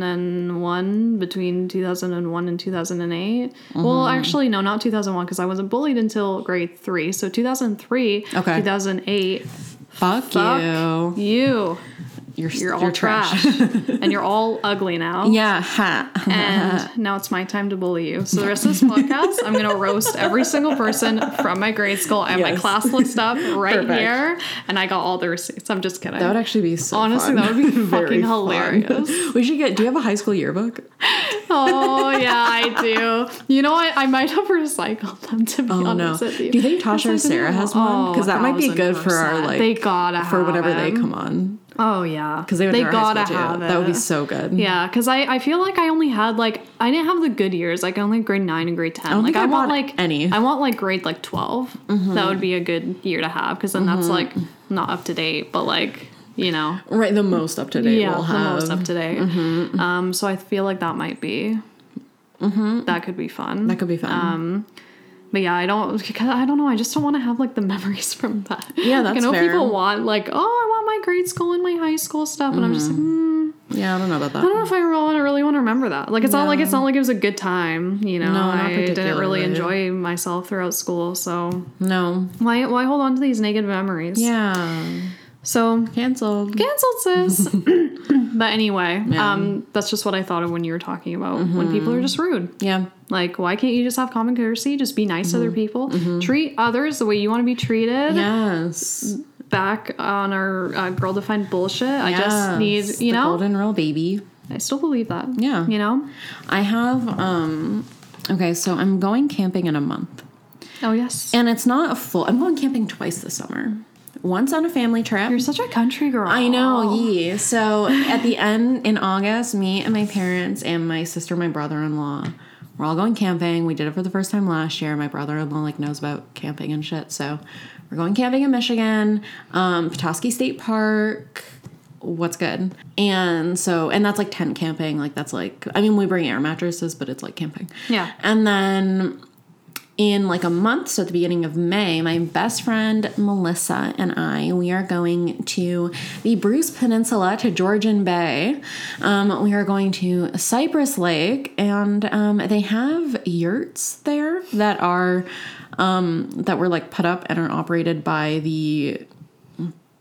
Speaker 1: 2001 between 2001 and 2008. Well,
Speaker 2: Mm-hmm.
Speaker 1: actually no, not 2001 because I wasn't bullied until grade 3. So 2003,
Speaker 2: Okay.
Speaker 1: 2008.
Speaker 2: Fuck,
Speaker 1: Fuck
Speaker 2: you.
Speaker 1: you.
Speaker 2: You're
Speaker 1: You're all trash. and you're all ugly now.
Speaker 2: Yeah, ha.
Speaker 1: And now it's my time to bully you. So the rest of this podcast, I'm gonna roast every single person from my grade school. I have my
Speaker 2: Yes.
Speaker 1: class list up right
Speaker 2: Perfect.
Speaker 1: here, and I got all the receipts. I'm just kidding.
Speaker 2: That would actually be so
Speaker 1: Honestly,
Speaker 2: fun.
Speaker 1: that would be
Speaker 2: Very
Speaker 1: fucking
Speaker 2: fun.
Speaker 1: hilarious.
Speaker 2: We should get. Do you have a high school yearbook?
Speaker 1: oh yeah, I do. You know, I, I might have recycled them to be
Speaker 2: Oh no!
Speaker 1: honest
Speaker 2: Do
Speaker 1: with you.
Speaker 2: you think Tasha or
Speaker 1: It's like,
Speaker 2: Sarah has one? Because
Speaker 1: oh,
Speaker 2: that might be
Speaker 1: 1000%.
Speaker 2: good for our like
Speaker 1: they gotta
Speaker 2: for
Speaker 1: have
Speaker 2: whenever they
Speaker 1: it.
Speaker 2: come on
Speaker 1: Oh yeah,
Speaker 2: because they would
Speaker 1: they
Speaker 2: do our high
Speaker 1: gotta
Speaker 2: school
Speaker 1: have
Speaker 2: too.
Speaker 1: it.
Speaker 2: That would be so good.
Speaker 1: Yeah, because I, I feel like I only had like I didn't have the good years. Like I only had grade nine and grade ten.
Speaker 2: don't
Speaker 1: like
Speaker 2: think I
Speaker 1: want
Speaker 2: bought
Speaker 1: like
Speaker 2: any. Mm-hmm.
Speaker 1: I want like grade like 12 That would be a good year to have because then that's like not up to date, but like you know,
Speaker 2: Right, the most up to date
Speaker 1: yeah,
Speaker 2: we'll
Speaker 1: the
Speaker 2: have. Mm-hmm.
Speaker 1: most up to date. Um, so I feel like that might be
Speaker 2: Mm-hmm.
Speaker 1: that could be fun.
Speaker 2: that could be fun.
Speaker 1: Um, But yeah, I don't. Cause I don't know. I just don't want to have like the memories from that.
Speaker 2: Yeah,
Speaker 1: Like, I
Speaker 2: that's
Speaker 1: know
Speaker 2: fair.
Speaker 1: people want like, oh, I want my grade school and my high school stuff, and I'm just like, mm,
Speaker 2: yeah, I don't know about
Speaker 1: I
Speaker 2: that.
Speaker 1: don't know if I really want to, really want to remember that. Like it's not like it's not like it was a good time, you know.
Speaker 2: No, not
Speaker 1: I didn't
Speaker 2: particularly.
Speaker 1: really enjoy myself throughout school, so
Speaker 2: No.
Speaker 1: why why hold on to these negative memories?
Speaker 2: Yeah.
Speaker 1: So
Speaker 2: Cancelled.
Speaker 1: canceled sis. but anyway,
Speaker 2: Yeah. Mm-hmm.
Speaker 1: um that's just what I thought of when you were talking about when people are just rude.
Speaker 2: Yeah.
Speaker 1: Like why can't you just have common courtesy? Just be nice to
Speaker 2: Mm-hmm.
Speaker 1: other people. Treat others the way you want to be treated.
Speaker 2: Yes.
Speaker 1: Back on our uh, girl defined bullshit. I just
Speaker 2: Yes.
Speaker 1: need, you
Speaker 2: The
Speaker 1: know,
Speaker 2: golden rule, baby.
Speaker 1: I still believe that.
Speaker 2: Yeah.
Speaker 1: You know?
Speaker 2: I have. um Okay, so I'm going camping in a month.
Speaker 1: Oh yes.
Speaker 2: And it's not a full. I'm going camping twice this summer. Once on a family trip.
Speaker 1: You're such a country girl.
Speaker 2: I know, yee. So at the end in August, me and my parents and my sister, and my brother-in-law, we're all going camping. We did it for the first time last year. My brother-in-law like knows about camping and shit, so we're going camping in Michigan, um, Petoskey State Park. What's good? And so, and that's like tent camping. Like that's like, I mean, we bring air mattresses, but it's like camping.
Speaker 1: Yeah.
Speaker 2: And then in like a month, so at the beginning of May, my best friend Melissa and I, we are going to the Bruce Peninsula to Georgian Bay. Um, we are going to Cypress Lake, and um, they have yurts there that are um, that were like put up and are operated by the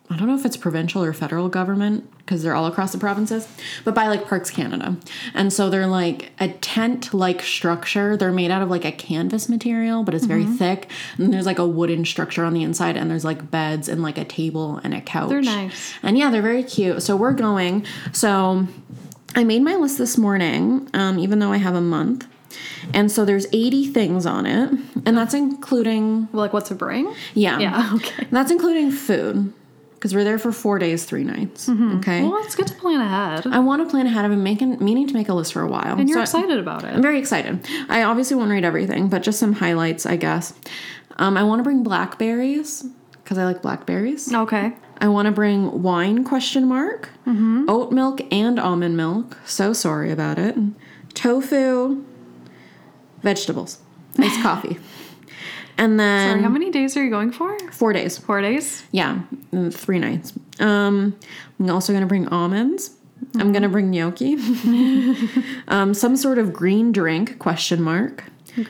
Speaker 2: I don't know if it's provincial or federal government because they're all across the provinces, but by like Parks Canada. And so they're like a tent like structure. They're made out of like a canvas material, but it's very
Speaker 1: Mm-hmm.
Speaker 2: thick. And there's like a wooden structure on the inside, and there's like beds and like a table and a couch.
Speaker 1: They're nice.
Speaker 2: And yeah, they're very cute. So we're going. So I made my list this morning, um, even though I have a month. And so there's 80 things on it, and that's including,
Speaker 1: Like, what to bring?
Speaker 2: yeah.
Speaker 1: Yeah, okay.
Speaker 2: That's including food because we're there for four days, three nights. Okay.
Speaker 1: Mm-hmm. Well, it's good to plan ahead.
Speaker 2: I want to plan ahead. I've been making, meaning to make a list for a while.
Speaker 1: and you're
Speaker 2: so
Speaker 1: excited about it.
Speaker 2: I'm very excited. I obviously won't read everything, but just some highlights, I guess. Um, I want to bring blackberries because I like blackberries.
Speaker 1: Okay.
Speaker 2: I want to bring wine question mark,
Speaker 1: Mm-hmm.
Speaker 2: oat milk and almond milk. So sorry about it. Tofu, vegetables, iced coffee, and then
Speaker 1: Sorry, how many days are you going for?
Speaker 2: four days.
Speaker 1: Four days?
Speaker 2: Yeah, mm, three nights. Um, I'm also gonna bring almonds. I'm gonna bring gnocchi. um, some sort of green drink? Question mark.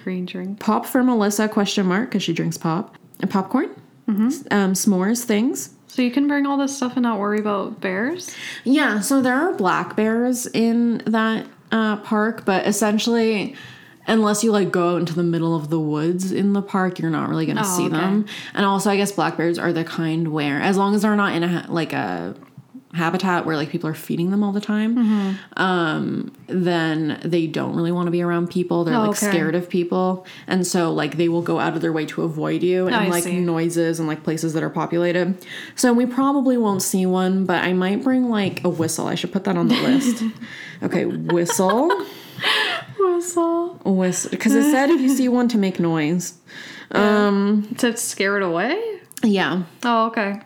Speaker 1: Green drink.
Speaker 2: Pop for Melissa? Question mark because she drinks pop. And popcorn. S- Um, s'mores things.
Speaker 1: So you can bring all this stuff and not worry about bears?
Speaker 2: Yeah, so there are black bears in that uh, park, but essentially, unless you like go out into the middle of the woods in the park, you're not really going to
Speaker 1: Oh,
Speaker 2: see
Speaker 1: okay.
Speaker 2: them. And also, I guess black bears are the kind where, as long as they're not in a ha- like a habitat where like people are feeding them all the time,
Speaker 1: Mm-hmm.
Speaker 2: um, then they don't really want to be around people. They're
Speaker 1: Oh,
Speaker 2: like
Speaker 1: okay.
Speaker 2: scared of people, and so like they will go out of their way to avoid you and
Speaker 1: I
Speaker 2: like
Speaker 1: see.
Speaker 2: noises and like places that are populated. So we probably won't see one, but I might bring like a whistle. I should put that on the list. Okay, whistle,
Speaker 1: Whistle.
Speaker 2: whistle, because it said if you see one to make noise. Um,
Speaker 1: To scare it away?
Speaker 2: yeah,
Speaker 1: Oh, okay.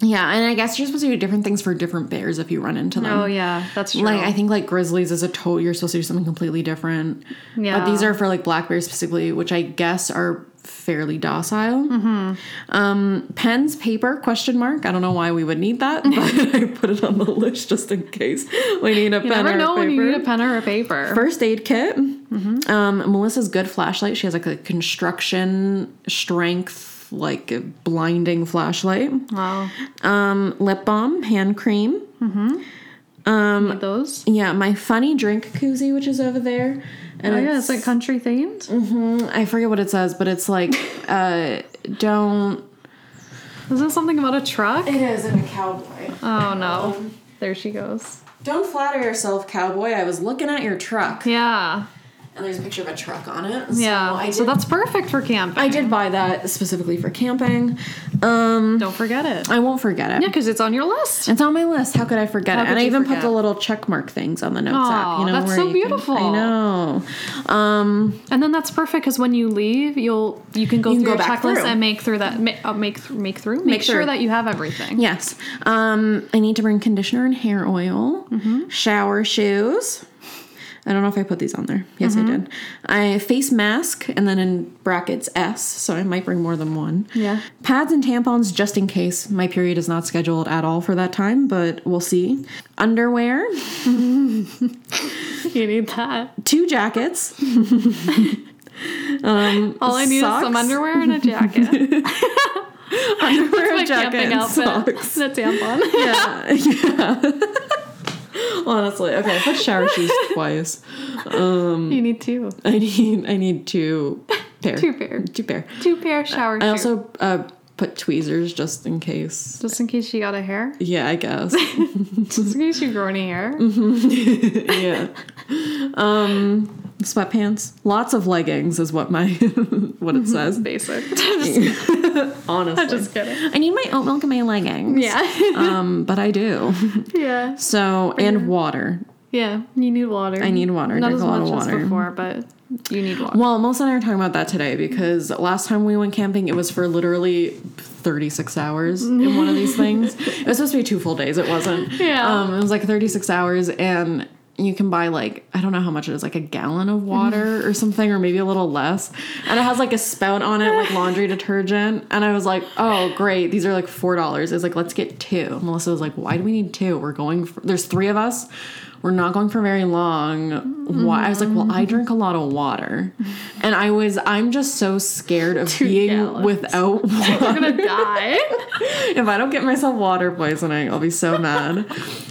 Speaker 2: yeah, and I guess you're supposed to do different things for different bears if you run into them.
Speaker 1: Oh, yeah. That's true.
Speaker 2: Like I think like grizzlies is a toad. You're supposed to do something completely different.
Speaker 1: Yeah.
Speaker 2: But these are for like black bears specifically, which I guess are fairly docile.
Speaker 1: Mm-hmm.
Speaker 2: Um, pens, paper? Question mark. I don't know why we would need that, but I put it on the list just in case we need a
Speaker 1: you
Speaker 2: pen
Speaker 1: never
Speaker 2: or
Speaker 1: know
Speaker 2: paper.
Speaker 1: when you need a pen Mm-hmm. or a paper.
Speaker 2: First aid kit. Um, Melissa's good flashlight. She has like a construction strength, like a blinding flashlight.
Speaker 1: wow.
Speaker 2: Um, lip balm, hand cream. Um,
Speaker 1: Need those?
Speaker 2: Yeah, my funny drink koozie, which is over there. And
Speaker 1: Oh, yeah.
Speaker 2: it's-
Speaker 1: It's like country themed.
Speaker 2: Mm. I forget what it says, but it's like, uh, don't.
Speaker 1: Isn't it something about a truck?
Speaker 2: It is in a cowboy.
Speaker 1: Oh, no. There she goes.
Speaker 2: Don't flatter yourself, cowboy. I was looking at your truck,
Speaker 1: Yeah.
Speaker 2: and there's a picture of a truck on it.
Speaker 1: Yeah.
Speaker 2: so I did,
Speaker 1: so that's perfect for camping.
Speaker 2: I did buy that specifically for camping. Um,
Speaker 1: Don't forget it.
Speaker 2: I won't forget it.
Speaker 1: Yeah, because it's on your list.
Speaker 2: It's on my list. How could I forget
Speaker 1: How
Speaker 2: it?
Speaker 1: could
Speaker 2: And I
Speaker 1: you
Speaker 2: even put
Speaker 1: forget?
Speaker 2: the little check mark things on the notes app.
Speaker 1: Aw,
Speaker 2: You know,
Speaker 1: that's
Speaker 2: where
Speaker 1: so
Speaker 2: you can-
Speaker 1: beautiful.
Speaker 2: I know. Um,
Speaker 1: And then that's perfect because when you leave, you'll you can go
Speaker 2: You can
Speaker 1: through
Speaker 2: go
Speaker 1: your
Speaker 2: back
Speaker 1: checklist
Speaker 2: through.
Speaker 1: and make through that make uh, make, th- make through make, sure
Speaker 2: through.
Speaker 1: that you have everything.
Speaker 2: yes. Um, I need to bring conditioner and hair oil.
Speaker 1: Mm-hmm.
Speaker 2: Shower shoes. I don't know if I put these on there. Yes,
Speaker 1: Mm-hmm.
Speaker 2: I did. I face mask and then in brackets S, so I might bring more than one.
Speaker 1: Yeah.
Speaker 2: Pads and tampons just in case. My period is not scheduled at all for that time, but we'll see. Underwear,
Speaker 1: You need that.
Speaker 2: two jackets. um,
Speaker 1: All I need
Speaker 2: socks,
Speaker 1: is some underwear and a jacket.
Speaker 2: Underwear,
Speaker 1: My
Speaker 2: jacket,
Speaker 1: camping
Speaker 2: and
Speaker 1: outfit.
Speaker 2: socks.
Speaker 1: And a tampon.
Speaker 2: yeah. yeah. Honestly, okay, put shower shoes twice. Mm.
Speaker 1: you need two.
Speaker 2: I need I need two pair.
Speaker 1: Two pair.
Speaker 2: Two pair.
Speaker 1: Two pair of shower
Speaker 2: I
Speaker 1: shoes.
Speaker 2: also uh, put tweezers just in case.
Speaker 1: just in case you got a hair.
Speaker 2: Yeah, I guess.
Speaker 1: Just in case you grow any hair.
Speaker 2: Mm. yeah. Um, sweatpants. Lots of leggings is what my what it says.
Speaker 1: Basic. just,
Speaker 2: Honestly,
Speaker 1: I'm just kidding.
Speaker 2: I need my oat milk and my leggings.
Speaker 1: Yeah.
Speaker 2: Um, but I do.
Speaker 1: yeah.
Speaker 2: So and water.
Speaker 1: Yeah. You need water. I
Speaker 2: need water. I
Speaker 1: Not
Speaker 2: drink
Speaker 1: as
Speaker 2: a lot
Speaker 1: much
Speaker 2: of
Speaker 1: as
Speaker 2: water.
Speaker 1: before, but you need water.
Speaker 2: Well, Melissa and I were talking about that today because last time we went camping, it was for literally 36 hours in one of these things. It was supposed to be two full days. It wasn't.
Speaker 1: Yeah.
Speaker 2: Um, it was like 36 hours, and you can buy like I don't know how much it is, like a gallon of water or something, or maybe a little less. And it has like a spout on it, like laundry detergent. And I was like, oh great, these are like four dollars. I was like, let's get two. Melissa was like, why do we need two? We're going. For, there's three of us. We're not going for very long. Why? I was like, well, I drink a lot of water, and I was. I'm just so scared of being
Speaker 1: gallons.
Speaker 2: without water
Speaker 1: We're gonna die.
Speaker 2: if I don't get myself water poisoning, I'll be so mad.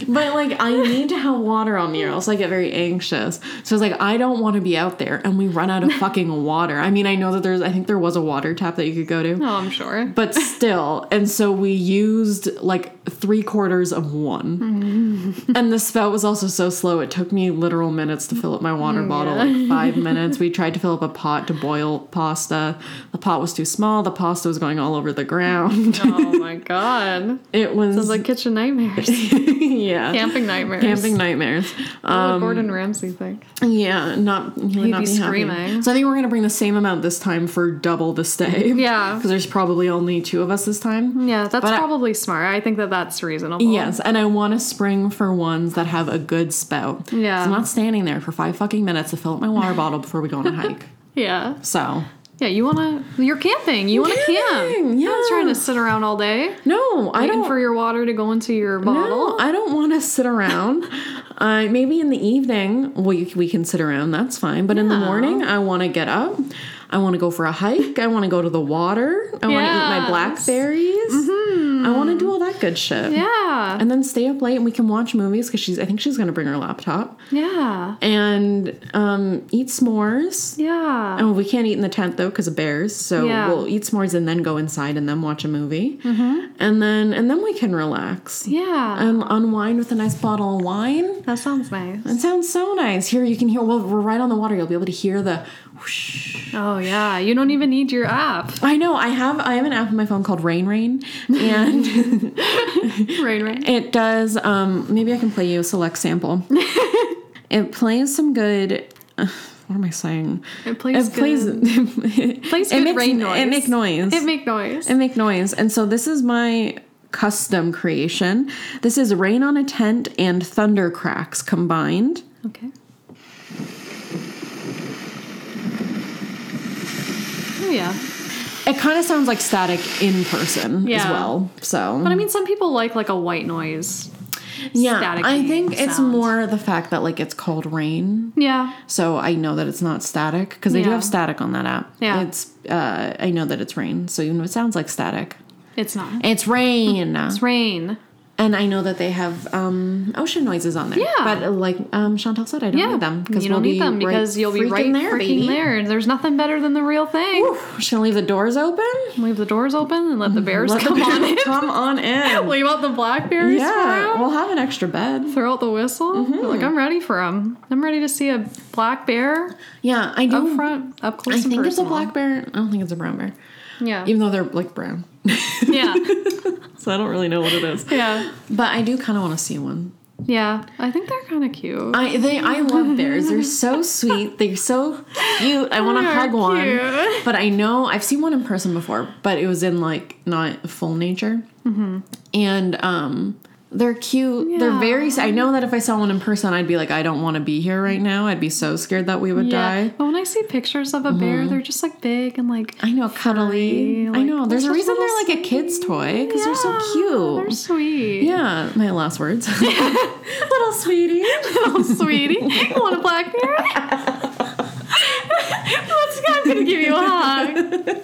Speaker 2: but like, I need to have water on me, or else I get very anxious. So it's like, I don't want to be out there, and we run out of fucking water. I mean, I know that there's, I think there was a water tap that you could go to,
Speaker 1: Oh, I'm sure.
Speaker 2: but still. And so we used like three quarters of one,
Speaker 1: Mm-hmm.
Speaker 2: and the spout was also so slow. It took me literal minutes to fill up my water
Speaker 1: Mm,
Speaker 2: bottle, like five minutes. We tried to fill up a pot to boil pasta. The pot was too small. The pasta was going all over the ground.
Speaker 1: oh my god.
Speaker 2: It was
Speaker 1: It's like kitchen nightmares,
Speaker 2: yeah.
Speaker 1: camping nightmares.
Speaker 2: Camping nightmares.
Speaker 1: What
Speaker 2: Um,
Speaker 1: would Gordon Ramsay think?
Speaker 2: yeah, not he would
Speaker 1: He'd
Speaker 2: not
Speaker 1: be
Speaker 2: be,
Speaker 1: screaming.
Speaker 2: Happy. So I think we're gonna bring the same amount this time for double the stay.
Speaker 1: Yeah.
Speaker 2: because there's probably only two of us this time.
Speaker 1: Yeah, that's
Speaker 2: But I-
Speaker 1: probably smart. I think that that's reasonable.
Speaker 2: Yes, and I want to spring for ones that have a good spout.
Speaker 1: Yeah.
Speaker 2: I'm not standing there for five fucking minutes to fill up my water bottle before we go on a hike.
Speaker 1: Yeah.
Speaker 2: So
Speaker 1: Yeah, you wanna you're camping. You wanna camp.
Speaker 2: Camping,
Speaker 1: You're not
Speaker 2: yeah.
Speaker 1: trying to sit around all day
Speaker 2: no, I
Speaker 1: waiting
Speaker 2: don't.
Speaker 1: for your water to go into your
Speaker 2: No,
Speaker 1: bottle.
Speaker 2: I don't want to sit around. uh, maybe in the evening, well, you, we can sit around. That's fine. But in the
Speaker 1: Yeah.
Speaker 2: morning, I want to get up. I want to go for a hike. I want to go to the water. I want to eat my
Speaker 1: Yes. Mm-hmm.
Speaker 2: blackberries. I want to do all that good shit.
Speaker 1: Yeah.
Speaker 2: And then stay up late and we can watch movies because she's. I think she's gonna bring her laptop
Speaker 1: yeah.
Speaker 2: and um, eat s'mores.
Speaker 1: Yeah.
Speaker 2: Oh, we can't eat in the tent though because of bears. So
Speaker 1: Yeah. Mm-hmm.
Speaker 2: we'll eat s'mores and then go inside and then watch a movie, and then and then we can relax
Speaker 1: yeah.
Speaker 2: and um, unwind with a nice bottle of wine.
Speaker 1: that sounds nice.
Speaker 2: It sounds so nice. Here you can hear. Well, we're right on the water. You'll be able to hear the. Whoosh.
Speaker 1: Oh yeah. You don't even need your app.
Speaker 2: I know. I have. I have an app on my phone called Rain Rain, and
Speaker 1: Rain rain.
Speaker 2: it does. Um, maybe I can play you a select sample. it plays some good. uh, What am I saying?
Speaker 1: It plays
Speaker 2: it plays.
Speaker 1: good-
Speaker 2: it
Speaker 1: plays good
Speaker 2: makes,
Speaker 1: rain
Speaker 2: It
Speaker 1: noise.
Speaker 2: make noise.
Speaker 1: It make noise.
Speaker 2: It make noise. And so this is my custom creation. This is rain on a tent and thunder cracks combined.
Speaker 1: okay. Oh yeah.
Speaker 2: It kind of sounds like static in person as
Speaker 1: Yeah.
Speaker 2: well. So,
Speaker 1: But I mean, some people like like a white noise.
Speaker 2: yeah, I
Speaker 1: staticky
Speaker 2: think it's
Speaker 1: sound.
Speaker 2: more the fact that like it's called rain,
Speaker 1: Yeah.
Speaker 2: so I know that it's not static because they do
Speaker 1: Yeah.
Speaker 2: have static on that app.
Speaker 1: Yeah.
Speaker 2: it's uh, I know that it's rain, so even if it sounds like static,
Speaker 1: It's not.
Speaker 2: it's rain.
Speaker 1: It's rain.
Speaker 2: and I know that they have um, ocean noises on there.
Speaker 1: Yeah.
Speaker 2: but like um, Chantel said, I don't
Speaker 1: Yeah.
Speaker 2: need them
Speaker 1: you don't
Speaker 2: we'll
Speaker 1: need them
Speaker 2: right
Speaker 1: because you'll be
Speaker 2: freaking
Speaker 1: right there, freaking
Speaker 2: baby.
Speaker 1: there. And there's nothing better than the real thing.
Speaker 2: Whew. Should I leave the doors open?
Speaker 1: Leave the doors open and let the bears
Speaker 2: Let the
Speaker 1: come on
Speaker 2: bear-
Speaker 1: in.
Speaker 2: Come on in.
Speaker 1: Leave out the blackberries for
Speaker 2: yeah,
Speaker 1: 'em. Mm-hmm.
Speaker 2: we'll have an extra bed.
Speaker 1: Throw out the whistle. Like I'm ready for them. I'm ready to see a black bear
Speaker 2: Yeah, I do.
Speaker 1: up front, up close.
Speaker 2: I
Speaker 1: and
Speaker 2: think it's a
Speaker 1: personal.
Speaker 2: black bear. I don't think it's a brown bear.
Speaker 1: Yeah.
Speaker 2: Even though they're like brown.
Speaker 1: yeah.
Speaker 2: so I don't really know what it is.
Speaker 1: Yeah.
Speaker 2: But I do kind of want to see one.
Speaker 1: Yeah. I think they're kind of cute.
Speaker 2: I they I love bears. They're so sweet. They're so cute. I want to
Speaker 1: They are
Speaker 2: hug one.
Speaker 1: cute.
Speaker 2: But I know I've seen one in person before, but it was in like not full nature.
Speaker 1: Mm-hmm.
Speaker 2: And um they're cute. They're
Speaker 1: Yeah.
Speaker 2: very I know that if I saw one in person, I'd be like I don't want to be here right now. I'd be so scared that we would
Speaker 1: yeah.
Speaker 2: die. Mm-hmm.
Speaker 1: But when I see pictures of a bear, they're just like big and like
Speaker 2: I know, cuddly.
Speaker 1: Furry,
Speaker 2: I
Speaker 1: like,
Speaker 2: know. There's a
Speaker 1: they're just
Speaker 2: reason
Speaker 1: little
Speaker 2: they're like a kid's toy because they're so
Speaker 1: Yeah,
Speaker 2: cute.
Speaker 1: They're sweet.
Speaker 2: yeah, my last words. Little sweetie.
Speaker 1: Oh, sweetie, want a black bear? Let's- I'm gonna give you a hug.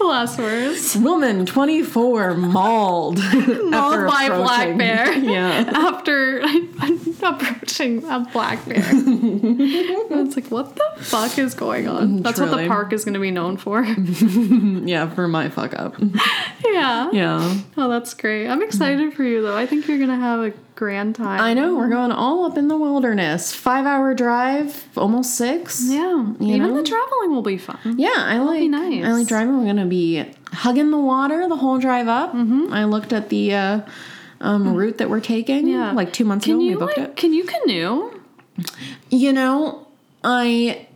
Speaker 1: Last words.
Speaker 2: Woman 24 mauled. after
Speaker 1: by a black
Speaker 2: approaching-
Speaker 1: bear.
Speaker 2: Yeah.
Speaker 1: After approaching a black bear, And it's like, what the fuck is going on? That's what the
Speaker 2: Mm, Truly. Mm-hmm.
Speaker 1: park is gonna be known for.
Speaker 2: Yeah, for my fuck up.
Speaker 1: yeah.
Speaker 2: Yeah.
Speaker 1: Oh, that's great. I'm excited for you though. I think you're gonna have a grand time.
Speaker 2: Mm-hmm. I know, we're going all up in the wilderness. Five hour drive, almost six.
Speaker 1: Yeah.
Speaker 2: You
Speaker 1: Even
Speaker 2: know? Mm,
Speaker 1: the traveling will be fun.
Speaker 2: Yeah, I like
Speaker 1: nice.
Speaker 2: I like driving. We're gonna be hugging the water the whole drive up.
Speaker 1: Mm-hmm.
Speaker 2: I looked at the uh, um, route that we're taking.
Speaker 1: Mm. Yeah.
Speaker 2: like two months ago
Speaker 1: Can
Speaker 2: when we
Speaker 1: you
Speaker 2: booked
Speaker 1: like,
Speaker 2: it.
Speaker 1: can you canoe?
Speaker 2: You know, I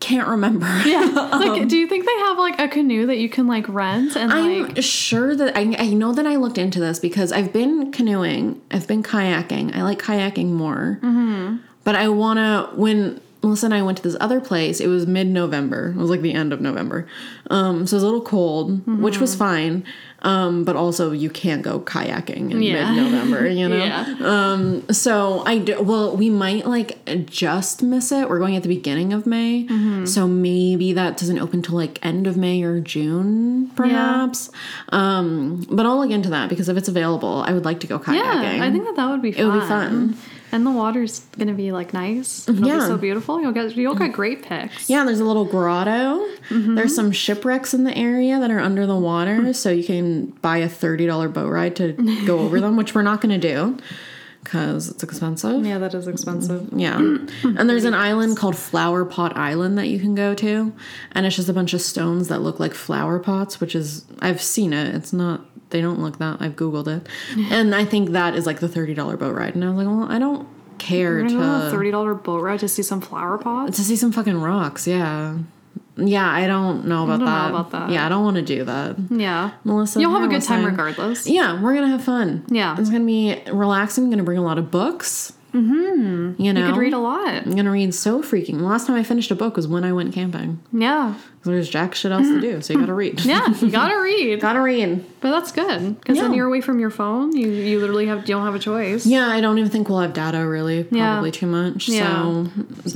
Speaker 2: can't remember.
Speaker 1: Yeah. Like, do you think they have like a canoe that you can like rent and
Speaker 2: Um, I'm
Speaker 1: like?
Speaker 2: sure that I, I know that I looked
Speaker 1: Mm-hmm.
Speaker 2: into this because I've been canoeing, I've been kayaking. I like kayaking more. But I wanna when Melissa and I went to this other place, it was mid November. It was like the end of November. Um, so it was a little cold, which was
Speaker 1: Mm-hmm.
Speaker 2: fine. Um, but also you can't go kayaking in
Speaker 1: Yeah.
Speaker 2: mid November, you know?
Speaker 1: Yeah.
Speaker 2: Um, so I do, well, we might like just miss it. We're going at the beginning of May.
Speaker 1: Mm-hmm.
Speaker 2: So maybe that doesn't open till like end of May or June, perhaps. Um, but I'll look into that because if it's available, I would like to go kayaking.
Speaker 1: Yeah, I think that that would be fun.
Speaker 2: would be fun. Mm-hmm.
Speaker 1: And the water's gonna be like nice. It'll be
Speaker 2: Yeah. Mm.
Speaker 1: so beautiful. You'll get you'll get great pics.
Speaker 2: Yeah, there's a little grotto.
Speaker 1: Mm-hmm.
Speaker 2: There's some shipwrecks in the area that are under the
Speaker 1: Mm.
Speaker 2: water, so you can buy a $30 boat ride to go over them, which we're not going to do because it's expensive.
Speaker 1: Yeah, that is expensive.
Speaker 2: Yeah. And there's an island called Flower Pot Island that you can go to, and it's just a bunch of stones that look like flower pots, which is I've seen it. It's not they don't look that. I've googled it. And I think that is like the $30 boat ride. And I was like, "Well, I don't care
Speaker 1: We're
Speaker 2: to
Speaker 1: gonna go on a thirty dollar boat ride to see some flower pots.
Speaker 2: to see some fucking rocks, yeah. Yeah, I don't know about
Speaker 1: don't know
Speaker 2: that.
Speaker 1: about that.
Speaker 2: Yeah, I don't want to do that.
Speaker 1: Yeah,
Speaker 2: Melissa,
Speaker 1: you'll
Speaker 2: and
Speaker 1: have a
Speaker 2: I
Speaker 1: good
Speaker 2: was
Speaker 1: time
Speaker 2: saying-
Speaker 1: regardless.
Speaker 2: Yeah, we're gonna have fun.
Speaker 1: Yeah.
Speaker 2: it's gonna be relaxing. I'm gonna bring a lot of books. Mm-hmm. You know,
Speaker 1: You could read a lot.
Speaker 2: I'm gonna read so freaking. The last time I finished a book was when I went camping.
Speaker 1: Yeah,
Speaker 2: 'Cause There's jack shit else to do, so you gotta read.
Speaker 1: yeah, you gotta read.
Speaker 2: gotta read.
Speaker 1: But that's good because then
Speaker 2: Yeah.
Speaker 1: you're away from your phone. You you literally have you don't have a choice.
Speaker 2: Yeah, I don't even think we'll have data really. Probably
Speaker 1: Yeah.
Speaker 2: too much.
Speaker 1: Yeah.
Speaker 2: So,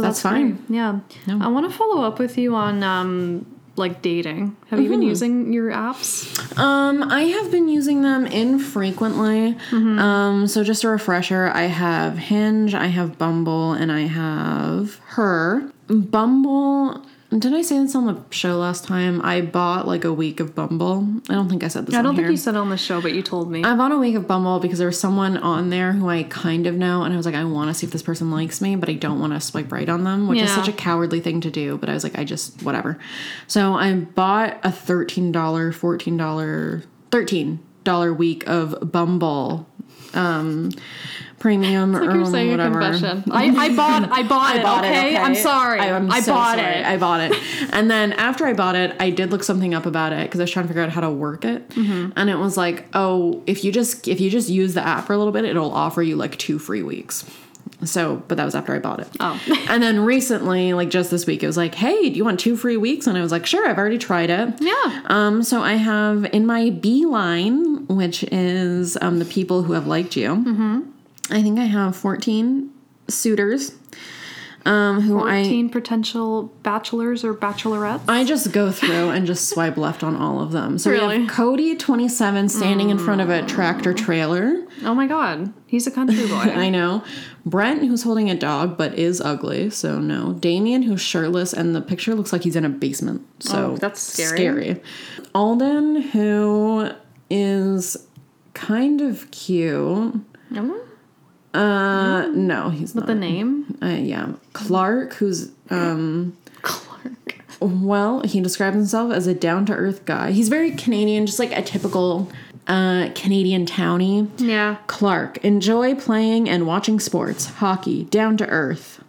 Speaker 2: that's,
Speaker 1: So
Speaker 2: fine.
Speaker 1: great. Yeah, I want to follow up with you on um like dating. Have you been using your apps?
Speaker 2: Um, I have been using them infrequently.
Speaker 1: Mm-hmm.
Speaker 2: Um, so just a refresher, I have Hinge, I have Bumble, and I have Her. Bumble. Did I say this on the show last time? I bought like a week of Bumble. I don't think I said this.
Speaker 1: I don't
Speaker 2: on
Speaker 1: think
Speaker 2: here.
Speaker 1: you said it on the show, but you told me.
Speaker 2: I bought a week of Bumble because there was someone on there who I kind of know, and I was like, I want to see if this person likes me, but I don't want to swipe right on them, which is
Speaker 1: Yeah.
Speaker 2: such a cowardly thing to do. But I was like, I just whatever. So I bought a thirteen dollar, fourteen dollar, thirteen dollar week of Bumble um, premium or
Speaker 1: You're saying
Speaker 2: whatever.
Speaker 1: a confession. I, I bought I bought, it,
Speaker 2: bought it,
Speaker 1: okay? I'm sorry.
Speaker 2: I,
Speaker 1: I,
Speaker 2: am so
Speaker 1: bought
Speaker 2: sorry.
Speaker 1: it.
Speaker 2: I bought it. And then after I bought it, I did look something up about it because I was trying to figure out how to work it.
Speaker 1: Mm-hmm.
Speaker 2: And it was like, oh, if you just if you just use the app for a little bit, it'll offer you like two free weeks. So, but that was after I bought it.
Speaker 1: Oh.
Speaker 2: and then recently, like just this week, it was like, hey, do you want two free weeks? And I was like, sure, I've already tried it.
Speaker 1: Yeah.
Speaker 2: Um, so I have in my B line, which is um, the people who have liked you. I think I have 14 suitors um, who I
Speaker 1: 14 potential bachelors or bachelorettes.
Speaker 2: I just go through and just swipe left on all of them. So we
Speaker 1: Really?
Speaker 2: have Cody 27 standing in front of a tractor trailer.
Speaker 1: oh my god. He's a country boy.
Speaker 2: I know. Brent who's holding a dog but is ugly, so no. Damien who's shirtless and the picture looks like he's in a basement. So
Speaker 1: Oh, that's scary.
Speaker 2: Scary. Alden who is kind of cute.
Speaker 1: No?
Speaker 2: Uh
Speaker 1: Mm.
Speaker 2: no, he's not.
Speaker 1: the name?
Speaker 2: uh, yeah, Clark, who's um,
Speaker 1: Clark.
Speaker 2: well, he describes himself as a down to earth guy. He's very Canadian, just like a typical uh, Canadian townie.
Speaker 1: Yeah.
Speaker 2: Clark, enjoy playing and watching sports, hockey, down to earth.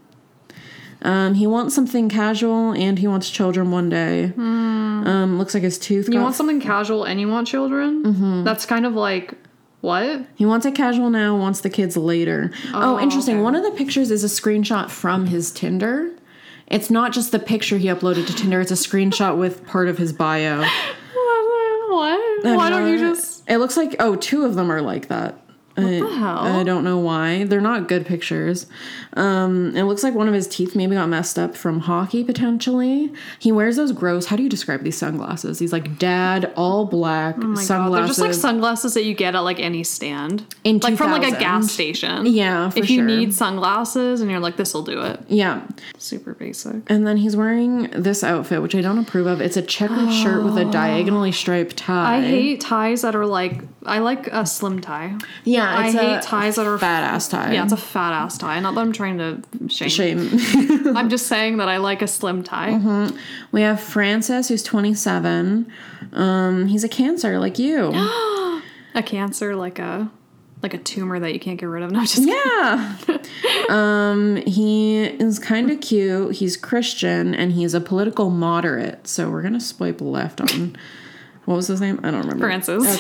Speaker 2: Um, he wants something casual and he wants children one day.
Speaker 1: Hmm.
Speaker 2: Um, looks like his tooth.
Speaker 1: You
Speaker 2: got-
Speaker 1: want something casual and you want children? Mm-hmm. That's kind of like what?
Speaker 2: He wants it casual now, wants the kids later. Oh,
Speaker 1: Oh,
Speaker 2: interesting.
Speaker 1: okay.
Speaker 2: One of the pictures is a screenshot from his Tinder. It's not just the picture he uploaded to Tinder, it's a screenshot with part of his bio.
Speaker 1: What? Why don't you just
Speaker 2: It looks like, oh, two of them are like that. What I,
Speaker 1: the hell?
Speaker 2: I don't know why. They're not good pictures. Um, it looks like one of his teeth maybe got messed up from hockey potentially. He wears those gross. How do you describe these sunglasses? He's like dad, all black
Speaker 1: Oh my God,
Speaker 2: sunglasses.
Speaker 1: They're just like sunglasses that you get at like any stand,
Speaker 2: In
Speaker 1: like from like a
Speaker 2: 2000.
Speaker 1: gas station.
Speaker 2: Yeah, for
Speaker 1: if you
Speaker 2: sure.
Speaker 1: need sunglasses and you're like, this will do it.
Speaker 2: yeah.
Speaker 1: Super basic.
Speaker 2: And then he's wearing this outfit, which I don't approve of. It's a checkered shirt with a diagonally striped tie.
Speaker 1: I hate ties that are like. I like a slim tie.
Speaker 2: Yeah,
Speaker 1: I
Speaker 2: it's
Speaker 1: hate
Speaker 2: a
Speaker 1: ties that are
Speaker 2: fat ass tie.
Speaker 1: Yeah, it's a fat ass tie. Not that I'm trying to shame.
Speaker 2: shame. Mm-hmm.
Speaker 1: I'm just saying that I like a slim tie.
Speaker 2: We have Francis, who's 27. Um, he's a cancer like you.
Speaker 1: A cancer, like a like a tumor that you can't get rid of. No, I'm just
Speaker 2: yeah. Um, he is kind of cute. He's Christian and he's a political moderate. So we're going to swipe left on. What was his name? I don't remember.
Speaker 1: Francis.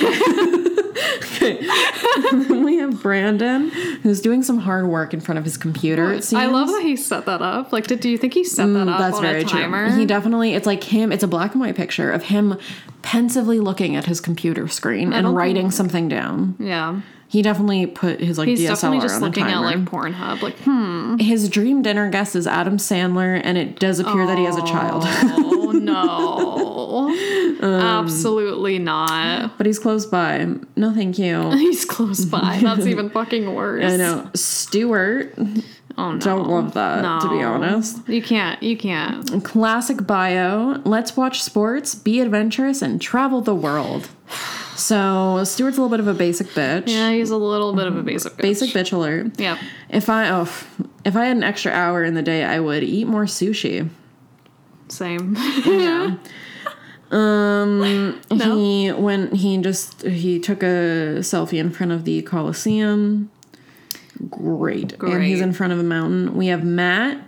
Speaker 2: then we have Brandon, who's doing some hard work in front of his computer. It seems.
Speaker 1: I love that he set that up. Like, did do you think he set that up
Speaker 2: Mm, That's
Speaker 1: on
Speaker 2: very
Speaker 1: a timer?
Speaker 2: true. He definitely, it's like him, it's a black and white picture of him pensively looking at his computer screen
Speaker 1: don't
Speaker 2: and
Speaker 1: think-
Speaker 2: writing something down.
Speaker 1: yeah,
Speaker 2: He definitely put his like
Speaker 1: he's
Speaker 2: DSLR
Speaker 1: definitely just
Speaker 2: on a
Speaker 1: looking at
Speaker 2: timer.
Speaker 1: like Pornhub. Like, hmm,
Speaker 2: his dream dinner guest is Adam Sandler, and it does appear that he has a child,
Speaker 1: oh
Speaker 2: Oh,
Speaker 1: no, absolutely not.
Speaker 2: but he's close by. No, thank you.
Speaker 1: He's close by. That's even fucking worse.
Speaker 2: I know. Stuart,
Speaker 1: Oh no.
Speaker 2: don't love that, to be
Speaker 1: No.
Speaker 2: honest.
Speaker 1: You can't. You can't.
Speaker 2: Classic bio. Let's watch sports, be adventurous, and travel the world. So Stuart's a little bit of a basic bitch.
Speaker 1: Yeah, he's a little bit of a basic. bitch.
Speaker 2: Mm-hmm. Basic bitch alert.
Speaker 1: Yep.
Speaker 2: If I oh, if I had an extra hour in the day, I would eat more sushi.
Speaker 1: Same.
Speaker 2: Um,
Speaker 1: No?
Speaker 2: he when he just he took a selfie in front of the Coliseum. Great. and he's
Speaker 1: Great. Mm-hmm.
Speaker 2: in front of a mountain. We have Matt,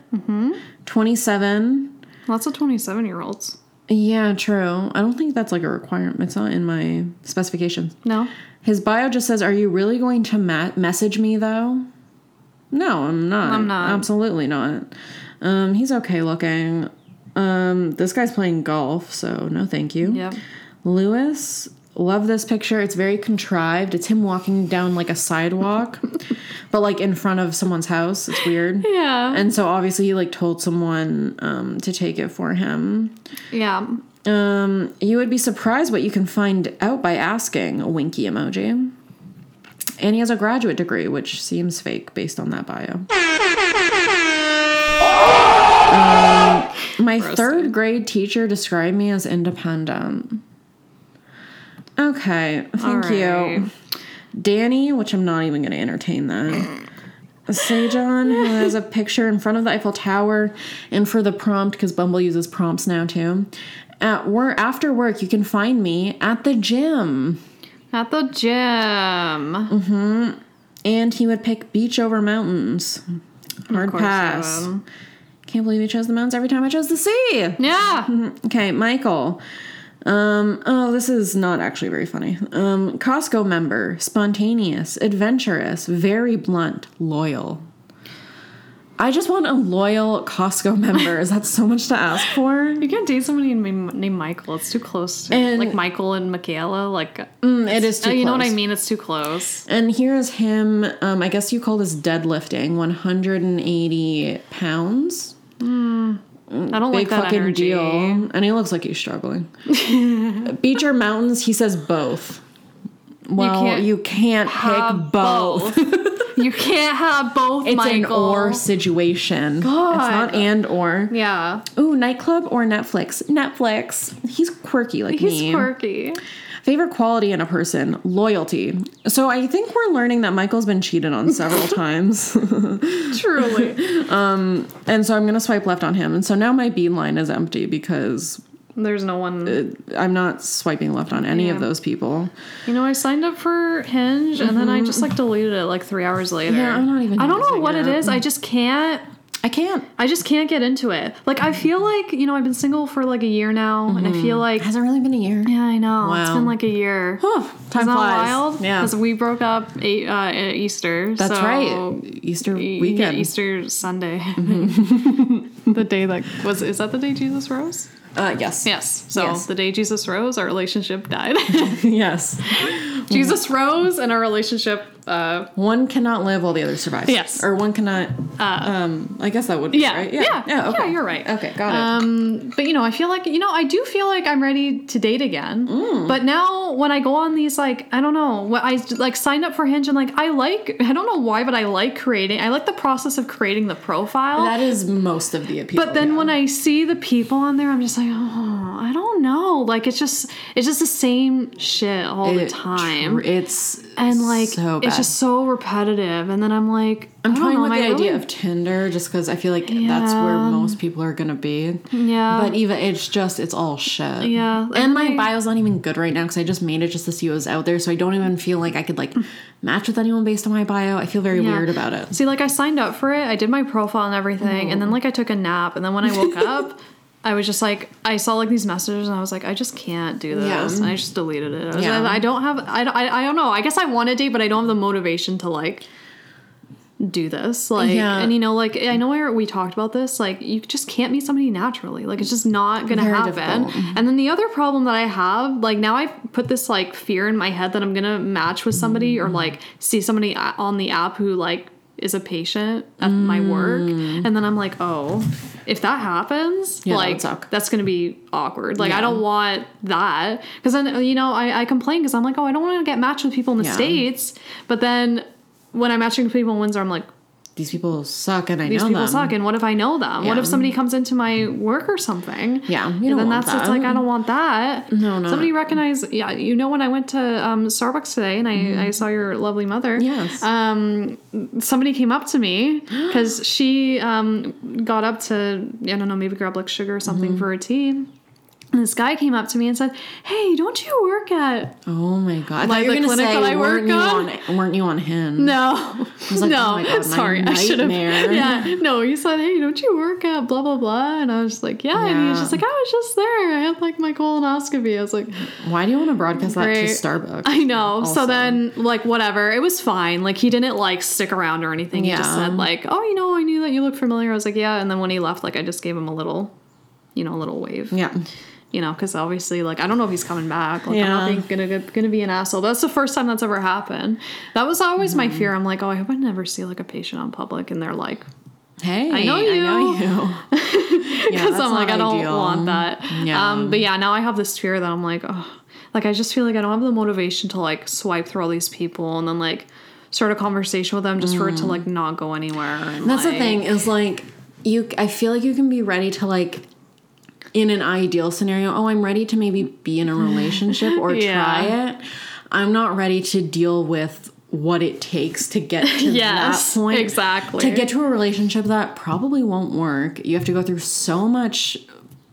Speaker 2: twenty-seven.
Speaker 1: Lots of twenty-seven-year-olds.
Speaker 2: Yeah, true. I don't think that's like a requirement. It's not in my specifications.
Speaker 1: No.
Speaker 2: His bio just says, "Are you really going to ma- message me though?" No, I'm not.
Speaker 1: I'm not.
Speaker 2: Absolutely not. Um, he's okay looking. Um, this guy's playing golf, so no, thank you.
Speaker 1: Yep.
Speaker 2: Lewis, love this picture. It's very contrived. It's him walking down like a sidewalk, but like in front of someone's house. It's weird.
Speaker 1: Yeah.
Speaker 2: And so obviously he like told someone um, to take it for him.
Speaker 1: yeah.
Speaker 2: Um, you would be surprised what you can find out by asking. A winky emoji. And he has a graduate degree, which seems fake based on that bio. Um, my third grade teacher described me as independent. Okay, thank
Speaker 1: right.
Speaker 2: you. Danny, which I'm not even going to entertain that. Sejon, who has a picture in front of the Eiffel Tower, and for the prompt, because Bumble uses prompts now too. At work, after work, you can find me at the gym.
Speaker 1: At the gym.
Speaker 2: Mm-hmm. And he would pick beach over mountains. Hard
Speaker 1: Of course,
Speaker 2: pass.
Speaker 1: um,
Speaker 2: Can't believe he chose the mountains every time I chose the sea. Mm,
Speaker 1: Yeah.
Speaker 2: Okay, Michael. Um, oh, this is not actually very funny. Um, Costco member, spontaneous, adventurous, very blunt, loyal. I just want a loyal Costco member. Is that so much to ask for?
Speaker 1: You can't date somebody named named Michael. It's too close. To,
Speaker 2: And-
Speaker 1: like Michael and Michaela. Like,
Speaker 2: Mm, it is too.
Speaker 1: oh, you know what I
Speaker 2: close.
Speaker 1: mean? It's too close.
Speaker 2: And here is him. Um, I guess you call this deadlifting, 180 pounds.
Speaker 1: I don't like
Speaker 2: Mm, Big
Speaker 1: that
Speaker 2: fucking
Speaker 1: energy.
Speaker 2: deal. And he looks like he's struggling. Beach or mountains? He says both. Well,
Speaker 1: can't
Speaker 2: you can't,
Speaker 1: Have
Speaker 2: pick both.
Speaker 1: you can't have both.
Speaker 2: It's
Speaker 1: Michael.
Speaker 2: an or situation. It's not
Speaker 1: God.
Speaker 2: and or.
Speaker 1: Yeah.
Speaker 2: Ooh, nightclub or Netflix? Netflix. He's quirky like
Speaker 1: He's
Speaker 2: me.
Speaker 1: quirky.
Speaker 2: Favorite quality in a person? Loyalty. So I think we're learning that Michael's been cheated on several times.
Speaker 1: Truly.
Speaker 2: And so I'm going to swipe left on him. And so now my beeline is empty because
Speaker 1: There's no one.
Speaker 2: I'm not swiping left on any of
Speaker 1: Yeah.
Speaker 2: those people.
Speaker 1: You know, I signed up for Hinge and then I just like deleted it like three hours later.
Speaker 2: Mm-hmm. Yeah, I'm not even
Speaker 1: I don't know
Speaker 2: using
Speaker 1: what
Speaker 2: it.
Speaker 1: it is. I just can't.
Speaker 2: I can't.
Speaker 1: I just can't get into it. Like I feel like you know I've been single for like a year now, and I feel like
Speaker 2: Hasn't really been a year.
Speaker 1: yeah, I know
Speaker 2: Mm-hmm.
Speaker 1: it's
Speaker 2: Wow.
Speaker 1: been like a year.
Speaker 2: Huh, time
Speaker 1: Isn't that
Speaker 2: flies.
Speaker 1: wild?
Speaker 2: Yeah.
Speaker 1: because we broke up eight, uh, at Easter.
Speaker 2: That's
Speaker 1: so-
Speaker 2: right. Easter
Speaker 1: Yeah,
Speaker 2: weekend. Mm-hmm.
Speaker 1: Easter Sunday, the day that was is that the day Jesus rose?
Speaker 2: Uh, yes.
Speaker 1: Yes. So
Speaker 2: Yes. Mm-hmm.
Speaker 1: the day Jesus rose, our relationship died.
Speaker 2: yes.
Speaker 1: Jesus rose, and our relationship uh,
Speaker 2: One cannot live while the other survives.
Speaker 1: Yes. Uh,
Speaker 2: Or one cannot. um, I guess that would be
Speaker 1: Yeah,
Speaker 2: right.
Speaker 1: yeah, yeah,
Speaker 2: Yeah. Okay.
Speaker 1: you're right.
Speaker 2: Okay. Got it.
Speaker 1: Um, but you know, I feel like you know, I do feel like I'm ready to date again.
Speaker 2: Mm.
Speaker 1: But now when I go on these, like I don't know, what I like signed up for Hinge and like I like, I don't know why, but I like creating. I like the process of creating the profile.
Speaker 2: that is most of the appeal.
Speaker 1: but then
Speaker 2: Oh, yeah.
Speaker 1: when I see the people on there, I'm just like, oh, I don't know. Like it's just, it's just the same shit all the
Speaker 2: It
Speaker 1: time
Speaker 2: tr- it's
Speaker 1: and like
Speaker 2: so bad.
Speaker 1: it's just so repetitive and then i'm like
Speaker 2: I'm
Speaker 1: I don't
Speaker 2: toying
Speaker 1: know,
Speaker 2: with
Speaker 1: am
Speaker 2: the
Speaker 1: I
Speaker 2: idea
Speaker 1: really-
Speaker 2: of Tinder just because I feel like that's where
Speaker 1: Yeah.
Speaker 2: most people are gonna be.
Speaker 1: yeah
Speaker 2: But even it's just it's all shit.
Speaker 1: Um, Yeah, like
Speaker 2: and my
Speaker 1: my-
Speaker 2: bio's not even good right now because I just made it just to see what was out there. So I don't even feel like I could like match with anyone based on my bio. I feel very
Speaker 1: Yeah.
Speaker 2: weird about it. Mm-hmm.
Speaker 1: See, like I signed up for it, I did my profile and everything, and then like I took a nap, and then when I woke up, I was just like, I saw like these messages, and I was like, I just can't do this,
Speaker 2: Yeah.
Speaker 1: and I just deleted it. I, was
Speaker 2: Yeah.
Speaker 1: like, I don't have, I, don't- I, I don't know. I guess I want to date, but I don't have the motivation to like do this. Like,
Speaker 2: Yeah.
Speaker 1: and you know, like I know I, we talked about this. Like, you just can't meet somebody naturally. Like, it's just not gonna
Speaker 2: Very
Speaker 1: happen.
Speaker 2: difficult.
Speaker 1: And then the other problem that I have, like now I've put this like fear in my head that I'm gonna match with somebody
Speaker 2: Mm-hmm.
Speaker 1: or like see somebody a- on the app who like is a patient at my work, and then I'm like, oh, if that happens,
Speaker 2: Mm. Yeah, that would
Speaker 1: like
Speaker 2: suck.
Speaker 1: that's gonna be awkward. Like I don't want that because then you know I, I complain because I'm like, oh, I don't want to get matched with people in the
Speaker 2: Yeah.
Speaker 1: states, but then when I'm matching with people in Windsor, I'm like,
Speaker 2: These people suck, and I
Speaker 1: these
Speaker 2: know
Speaker 1: people
Speaker 2: them.
Speaker 1: suck, and what if I know them? What
Speaker 2: Yeah.
Speaker 1: if somebody comes into my work or something?
Speaker 2: Yeah, you don't
Speaker 1: and then
Speaker 2: want
Speaker 1: that's it's
Speaker 2: that.
Speaker 1: like I don't want that.
Speaker 2: No, not-
Speaker 1: somebody recognize. Yeah, you know when I went to um, Starbucks today and I, I saw your lovely mother.
Speaker 2: Mm-hmm. Yes.
Speaker 1: um, somebody came up to me because she um, got up to I don't know maybe grab like sugar or something
Speaker 2: Mm-hmm.
Speaker 1: for her tea. And this guy came up to me and said, "Hey, don't you work at
Speaker 2: Oh my god! I thought
Speaker 1: Like
Speaker 2: you were
Speaker 1: the
Speaker 2: gonna
Speaker 1: clinic
Speaker 2: say,
Speaker 1: that I work
Speaker 2: weren't you
Speaker 1: on?
Speaker 2: on? Weren't you on him?
Speaker 1: No.
Speaker 2: like,
Speaker 1: no.
Speaker 2: oh my God, my
Speaker 1: Sorry, I should have.
Speaker 2: nightmare.
Speaker 1: Yeah. No, he said, hey, don't you work at blah, blah, blah? And I was just like, yeah. And he was
Speaker 2: Yeah.
Speaker 1: just like, I was just there. I had like my colonoscopy. I was like,
Speaker 2: Why do you want to broadcast
Speaker 1: Great.
Speaker 2: that to Starbucks?
Speaker 1: I know.
Speaker 2: also.
Speaker 1: So then, like, whatever. It was fine. Like, he didn't like stick around or anything. He just
Speaker 2: Yeah.
Speaker 1: said, like, oh, you know, I knew that you looked familiar. I was like, yeah. And then when he left, like, I just gave him a little, you know, a little wave.
Speaker 2: Yeah.
Speaker 1: You know, because obviously, like, I don't know if he's coming back. Like,
Speaker 2: Yeah.
Speaker 1: I'm not gonna gonna be an asshole. That's the first time that's ever happened. That was always my
Speaker 2: Mm-hmm.
Speaker 1: fear. I'm like, oh, I hope I never see like a patient on public, and they're like,
Speaker 2: Hey, I
Speaker 1: know
Speaker 2: I
Speaker 1: you.
Speaker 2: know you. yeah,
Speaker 1: because
Speaker 2: that's
Speaker 1: I'm like,
Speaker 2: not
Speaker 1: I don't
Speaker 2: ideal.
Speaker 1: want that.
Speaker 2: Yeah.
Speaker 1: Um, but yeah, now I have this fear that I'm like, oh, like I just feel like I don't have the motivation to like swipe through all these people and then like start a conversation with them just for it to like not go anywhere. And,
Speaker 2: Mm. That's the
Speaker 1: like-
Speaker 2: thing is like you. I feel like you can be ready to like. In an ideal scenario, oh, I'm ready to maybe be in a relationship or
Speaker 1: Yeah.
Speaker 2: try it. I'm not ready to deal with what it takes to get to
Speaker 1: Yes,
Speaker 2: that point.
Speaker 1: exactly.
Speaker 2: To get to a relationship that probably won't work, you have to go through so much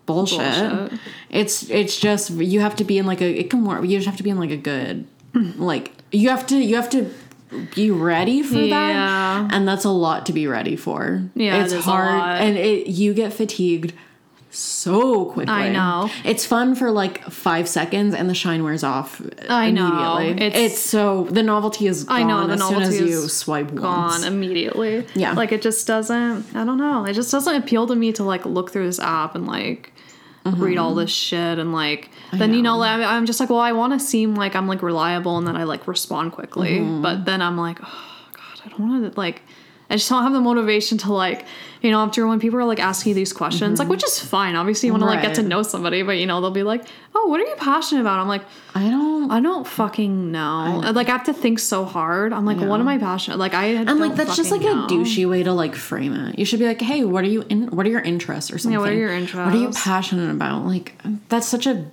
Speaker 2: bullshit.
Speaker 1: Bullshit.
Speaker 2: It's it's just you have to be in like a it can work. You just have to be in like a good like you have to you have to be ready for
Speaker 1: Yeah.
Speaker 2: that, and that's a lot to be ready for.
Speaker 1: Yeah, it
Speaker 2: it's
Speaker 1: is a
Speaker 2: hard,
Speaker 1: lot.
Speaker 2: and it you get fatigued so quickly.
Speaker 1: I know.
Speaker 2: It's fun for like five seconds, and the shine wears off.
Speaker 1: I know.
Speaker 2: immediately.
Speaker 1: It's-
Speaker 2: It's, so the novelty is. Gone
Speaker 1: I know, the
Speaker 2: as
Speaker 1: novelty
Speaker 2: soon as you
Speaker 1: is
Speaker 2: swipe once.
Speaker 1: gone immediately.
Speaker 2: Yeah.
Speaker 1: Like it just doesn't I don't know. It just doesn't appeal to me to like look through this app and like read
Speaker 2: Mm-hmm.
Speaker 1: all this shit and like then you know like, I'm- I'm just like well I want to seem like I'm like reliable and that I like respond quickly
Speaker 2: Mm-hmm.
Speaker 1: but then I'm like oh god I don't want to like I just don't have the motivation to like you know after when people are like asking you these questions like which is fine obviously you want to like get to
Speaker 2: Mm-hmm. Right.
Speaker 1: know somebody but you know they'll be like oh what are you passionate about I'm like
Speaker 2: I don't.
Speaker 1: I don't fucking know. Uh, Like I have to think so hard. I'm like, what am I passionate? Like I
Speaker 2: And like that's just like a douchey way to like frame it. You should be like, hey, what are you in? What are your interests or something?
Speaker 1: what are your
Speaker 2: What are you
Speaker 1: interests?
Speaker 2: passionate about? Like that's such a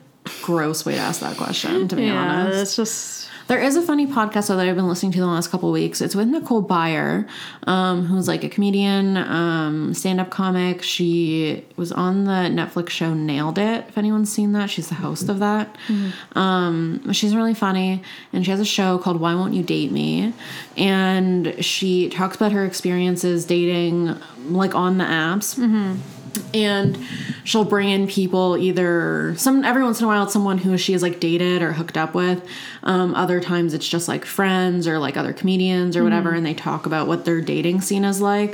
Speaker 2: gross way to ask that question. To be
Speaker 1: Yeah,
Speaker 2: honest,
Speaker 1: it's just
Speaker 2: there is a funny podcast though, that I've been listening to the last couple weeks. It's with Nicole Byer, um, who's like a comedian, um, stand-up comic. She was on the Netflix show Nailed It. If anyone's seen that, she's the host of that. Um, she's really funny, and she has a show called Why Won't You Date Me, and she talks about her experiences dating, like on the apps and she'll bring in people either some every once in a while it's someone who she is like dated or hooked up with um, other times it's just like friends or like other comedians or whatever and they talk about what their dating scene is like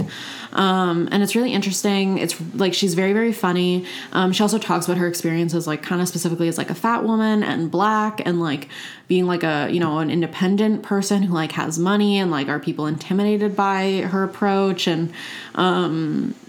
Speaker 2: um, and it's really interesting it's like she's very very funny um, she also talks about her experiences like kind of specifically as like a fat woman and black and like being like a you know an independent person who like has money and like are people intimidated by her approach and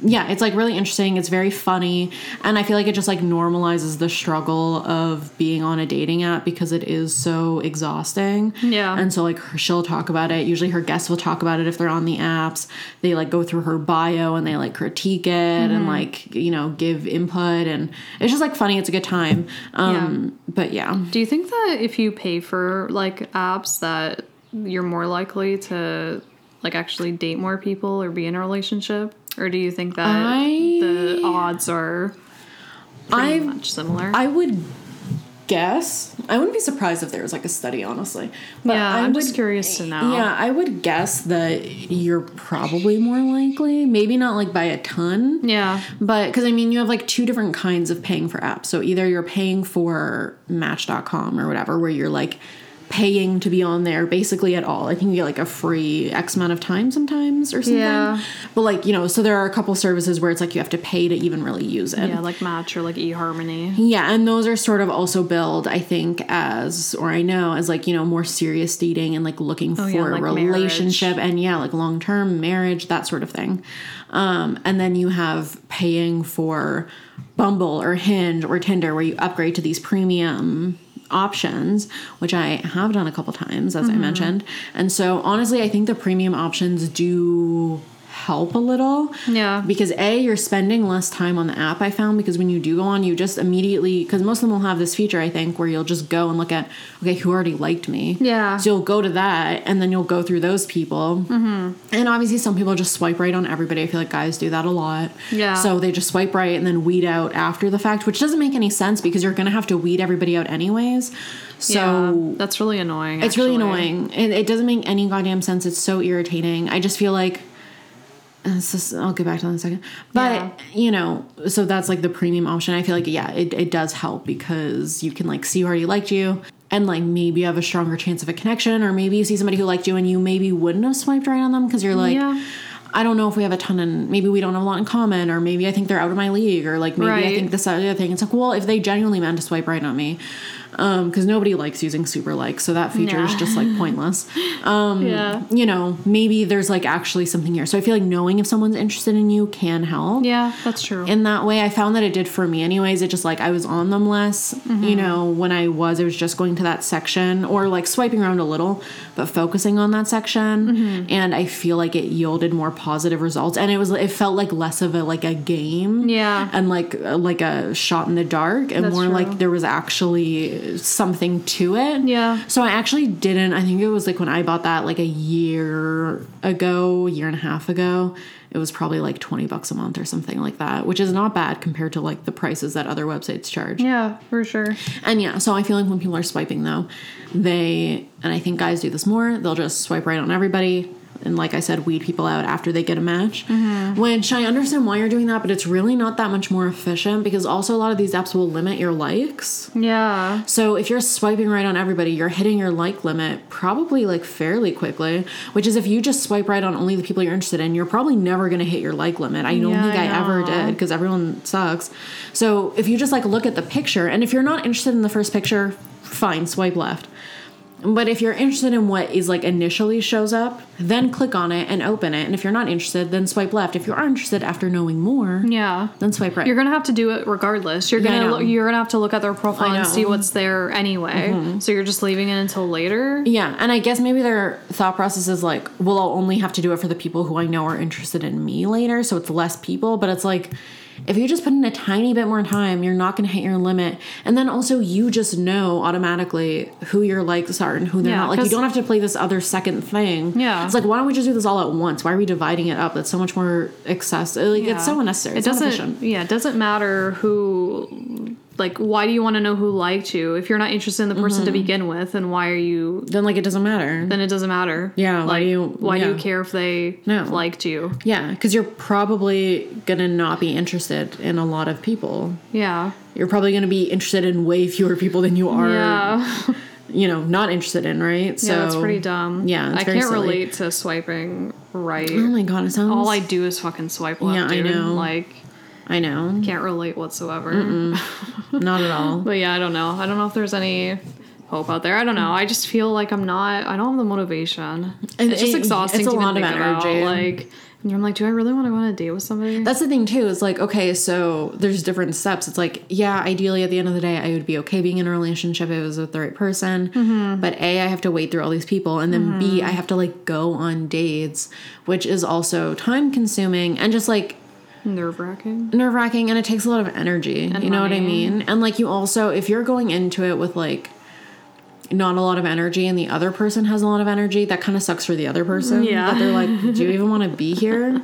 Speaker 2: yeah, it's like really interesting. It's very funny, and I feel like it just like normalizes the struggle of being on a dating app because it is so exhausting.
Speaker 1: Yeah.
Speaker 2: and so like her, she'll talk about it. Usually, her guests will talk about it if they're on the apps. They like go through her bio and they like critique it and
Speaker 1: Mm-hmm.
Speaker 2: like you know give input, and it's just like funny. It's a good time. Um, but yeah,
Speaker 1: do you think that if you pay for like apps that you're more likely to like actually date more people or be in a relationship? Or do you think that
Speaker 2: I-
Speaker 1: the odds are pretty
Speaker 2: I've
Speaker 1: much similar?
Speaker 2: I would guess. I wouldn't be surprised if there was like a study, honestly. But
Speaker 1: yeah,
Speaker 2: I
Speaker 1: I'm just
Speaker 2: would-
Speaker 1: curious to know.
Speaker 2: Yeah, I would guess that you're probably more likely, maybe not like by a ton,
Speaker 1: Yeah.
Speaker 2: but because I mean, you have like two different kinds of paying for apps. So either you're paying for Match.com or whatever, where you're like paying to be on there basically at all. I think you get like a free X amount of time sometimes or something.
Speaker 1: Yeah.
Speaker 2: But like, you know, so there are a couple services where it's like you have to pay to even really use it.
Speaker 1: Yeah, like Match or like eHarmony.
Speaker 2: Yeah, and those are sort of also billed, I think, as or I know as like you know more serious dating and like looking for
Speaker 1: Oh,
Speaker 2: a
Speaker 1: yeah, like
Speaker 2: relationship and yeah, like long term marriage that sort of thing. Um, and then you have paying for Bumble or Hinge or Tinder, where you upgrade to these premium options, which I have done a couple times, as I mentioned. And so honestly, I think the premium options do help a little
Speaker 1: Yeah.
Speaker 2: because a you're spending less time on the app i found because when you do go on you just immediately because most of them will have this feature i think where you'll just go and look at okay who already liked me
Speaker 1: Yeah.
Speaker 2: so you'll go to that and then you'll go through those people mm-hmm. and obviously some people just swipe right on everybody i feel like guys do that a lot
Speaker 1: Yeah.
Speaker 2: so they just swipe right and then weed out after the fact which doesn't make any sense because you're gonna have to weed everybody out anyways so
Speaker 1: yeah, that's really annoying.
Speaker 2: it's really
Speaker 1: actually.
Speaker 2: annoying. It, it doesn't make any goddamn sense. It's so irritating. I just feel like. it's just- I'll get back to that in a second. But,
Speaker 1: Yeah.
Speaker 2: you know, so that's like the premium option. I feel like, yeah, it, it does help because you can like see who already liked you and like maybe you have a stronger chance of a connection or maybe you see somebody who liked you and you maybe wouldn't have swiped right on them because you're like,
Speaker 1: Yeah.
Speaker 2: I don't know if we have a ton and maybe we don't have a lot in common or maybe I think they're out of my league or like maybe I
Speaker 1: Right.
Speaker 2: think this other thing. It's like, well, if they genuinely meant to swipe right on me, because nobody likes using super likes, so that feature is
Speaker 1: Nah.
Speaker 2: just like pointless.
Speaker 1: Yeah.
Speaker 2: You know, maybe there's like actually something here. So I feel like knowing if someone's interested in you can help.
Speaker 1: Yeah, that's true.
Speaker 2: In that way, I found that it did for me, anyways. It just like I was on them less,
Speaker 1: Mm-hmm.
Speaker 2: you know, when I was, I was just going to that section or like swiping around a little, but focusing on that section.
Speaker 1: Mm-hmm.
Speaker 2: And I feel like it yielded more positive results. And it was, it felt like less of a like a game
Speaker 1: Yeah.
Speaker 2: and like uh, like a shot in the dark and
Speaker 1: That's
Speaker 2: more
Speaker 1: true.
Speaker 2: like there was actually something to it
Speaker 1: Yeah.
Speaker 2: so i actually didn't i think it was like when i bought that like a year ago year and a half ago it was probably like 20 bucks a month or something like that which is not bad compared to like the prices that other websites charge
Speaker 1: yeah, for sure.
Speaker 2: and yeah, so I feel like when people are swiping though, they and I think guys do this more, they'll just swipe right on everybody and like I said, weed people out after they get a match.
Speaker 1: Mm-hmm.
Speaker 2: Which I understand why you're doing that, but it's really not that much more efficient because also a lot of these apps will limit your likes.
Speaker 1: Yeah.
Speaker 2: So if you're swiping right on everybody, you're hitting your like limit probably like fairly quickly, which is if you just swipe right on only the people you're interested in, you're probably never going to hit your like limit. I don't
Speaker 1: Yeah,
Speaker 2: think I,
Speaker 1: I
Speaker 2: ever
Speaker 1: know.
Speaker 2: did because everyone sucks. So if you just like look at the picture and if you're not interested in the first picture, fine, swipe left. But if you're interested in what is like initially shows up, then click on it and open it. And if you're not interested, then swipe left. If you are interested after knowing more,
Speaker 1: Yeah.
Speaker 2: then swipe right.
Speaker 1: You're gonna have to do it regardless. You're
Speaker 2: Yeah, I
Speaker 1: gonna
Speaker 2: know.
Speaker 1: look, you're gonna have to look at their
Speaker 2: I
Speaker 1: profile and
Speaker 2: know. Mm-hmm.
Speaker 1: see what's there anyway. So you're just leaving it until later.
Speaker 2: Yeah, and I guess maybe their thought process is like, well, I'll only have to do it for the people who I know are interested in me later, so it's less people. But it's like, if you just put in a tiny bit more time, you're not going to hit your limit. And then also, you just know automatically who your likes are and who they're
Speaker 1: Yeah,
Speaker 2: not. Like, you
Speaker 1: 'cause-
Speaker 2: don't have to play this other second thing.
Speaker 1: Yeah.
Speaker 2: it's like, why don't we just do this all at once? Why are we dividing it up? That's so much more excessive. Like,
Speaker 1: Yeah.
Speaker 2: it's so unnecessary.
Speaker 1: It
Speaker 2: It's not
Speaker 1: doesn't.
Speaker 2: efficient.
Speaker 1: Yeah, it doesn't matter who. Like, why do you want to know who liked you if you're not interested in the person
Speaker 2: Mm-hmm.
Speaker 1: to begin with? And why are you?
Speaker 2: Then like, it doesn't matter.
Speaker 1: Then it doesn't matter.
Speaker 2: Yeah,
Speaker 1: Like,
Speaker 2: why do you-
Speaker 1: Why do you
Speaker 2: yeah.
Speaker 1: care if they
Speaker 2: No.
Speaker 1: liked you?
Speaker 2: yeah, because you're probably gonna not be interested in a lot of people.
Speaker 1: Yeah.
Speaker 2: you're probably going to be interested in way fewer people than you are,
Speaker 1: yeah.
Speaker 2: you know, not interested in, right? So
Speaker 1: yeah. That's pretty dumb.
Speaker 2: Yeah, it's
Speaker 1: I
Speaker 2: very
Speaker 1: can't
Speaker 2: silly.
Speaker 1: relate to swiping right.
Speaker 2: Oh my god, it sounds.
Speaker 1: All I do is fucking swipe left.
Speaker 2: Yeah, I
Speaker 1: dude.
Speaker 2: know.
Speaker 1: Like,
Speaker 2: I know,
Speaker 1: can't relate whatsoever.
Speaker 2: not at all.
Speaker 1: But yeah, I don't know. I don't know if there's any hope out there. I don't know. I just feel like I'm not. I don't have the motivation.
Speaker 2: And
Speaker 1: it's just
Speaker 2: it-
Speaker 1: exhausting
Speaker 2: it's a
Speaker 1: to
Speaker 2: lot
Speaker 1: even
Speaker 2: of
Speaker 1: think about.
Speaker 2: energy.
Speaker 1: Like, and I'm like, do I really want to go on a date with somebody?
Speaker 2: That's the thing too. Is like okay, so there's different steps. It's like yeah, ideally at the end of the day, I would be okay being in a relationship if it was with the right person.
Speaker 1: Mm-hmm.
Speaker 2: But a, I have to wait through all these people, and then b, I have to like go on dates, which is also time consuming and just like
Speaker 1: Nerve wracking.
Speaker 2: nerve wracking and it takes a lot of energy. you know what I
Speaker 1: money.
Speaker 2: mean? And like you also, if you're going into it with like not a lot of energy and the other person has a lot of energy, that kind of sucks for the other person.
Speaker 1: Yeah.
Speaker 2: That they're like, do you even want to be here?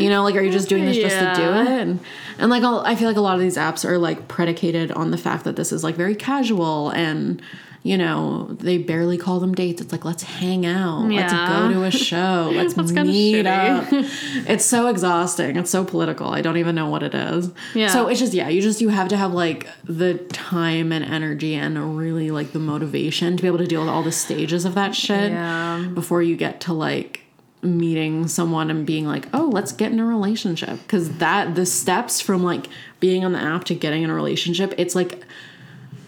Speaker 2: You know, like, are you just doing this just to do
Speaker 1: Yeah.
Speaker 2: it? And And like I'll, I feel like a lot of these apps are like predicated on the fact that this is like very casual and you know they barely call them dates. It's like let's hang out, let's
Speaker 1: Yeah.
Speaker 2: go to a show, let's
Speaker 1: That's kinda
Speaker 2: meet up.
Speaker 1: shitty.
Speaker 2: it's so exhausting. It's so political. I don't even know what it is.
Speaker 1: Yeah.
Speaker 2: So it's just yeah, you just you have to have like the time and energy and really like the motivation to be able to deal with all the stages of that shit
Speaker 1: Yeah.
Speaker 2: before you get to like meeting someone and being like, "Oh, let's get in a relationship." Cuz that the steps from like being on the app to getting in a relationship, it's like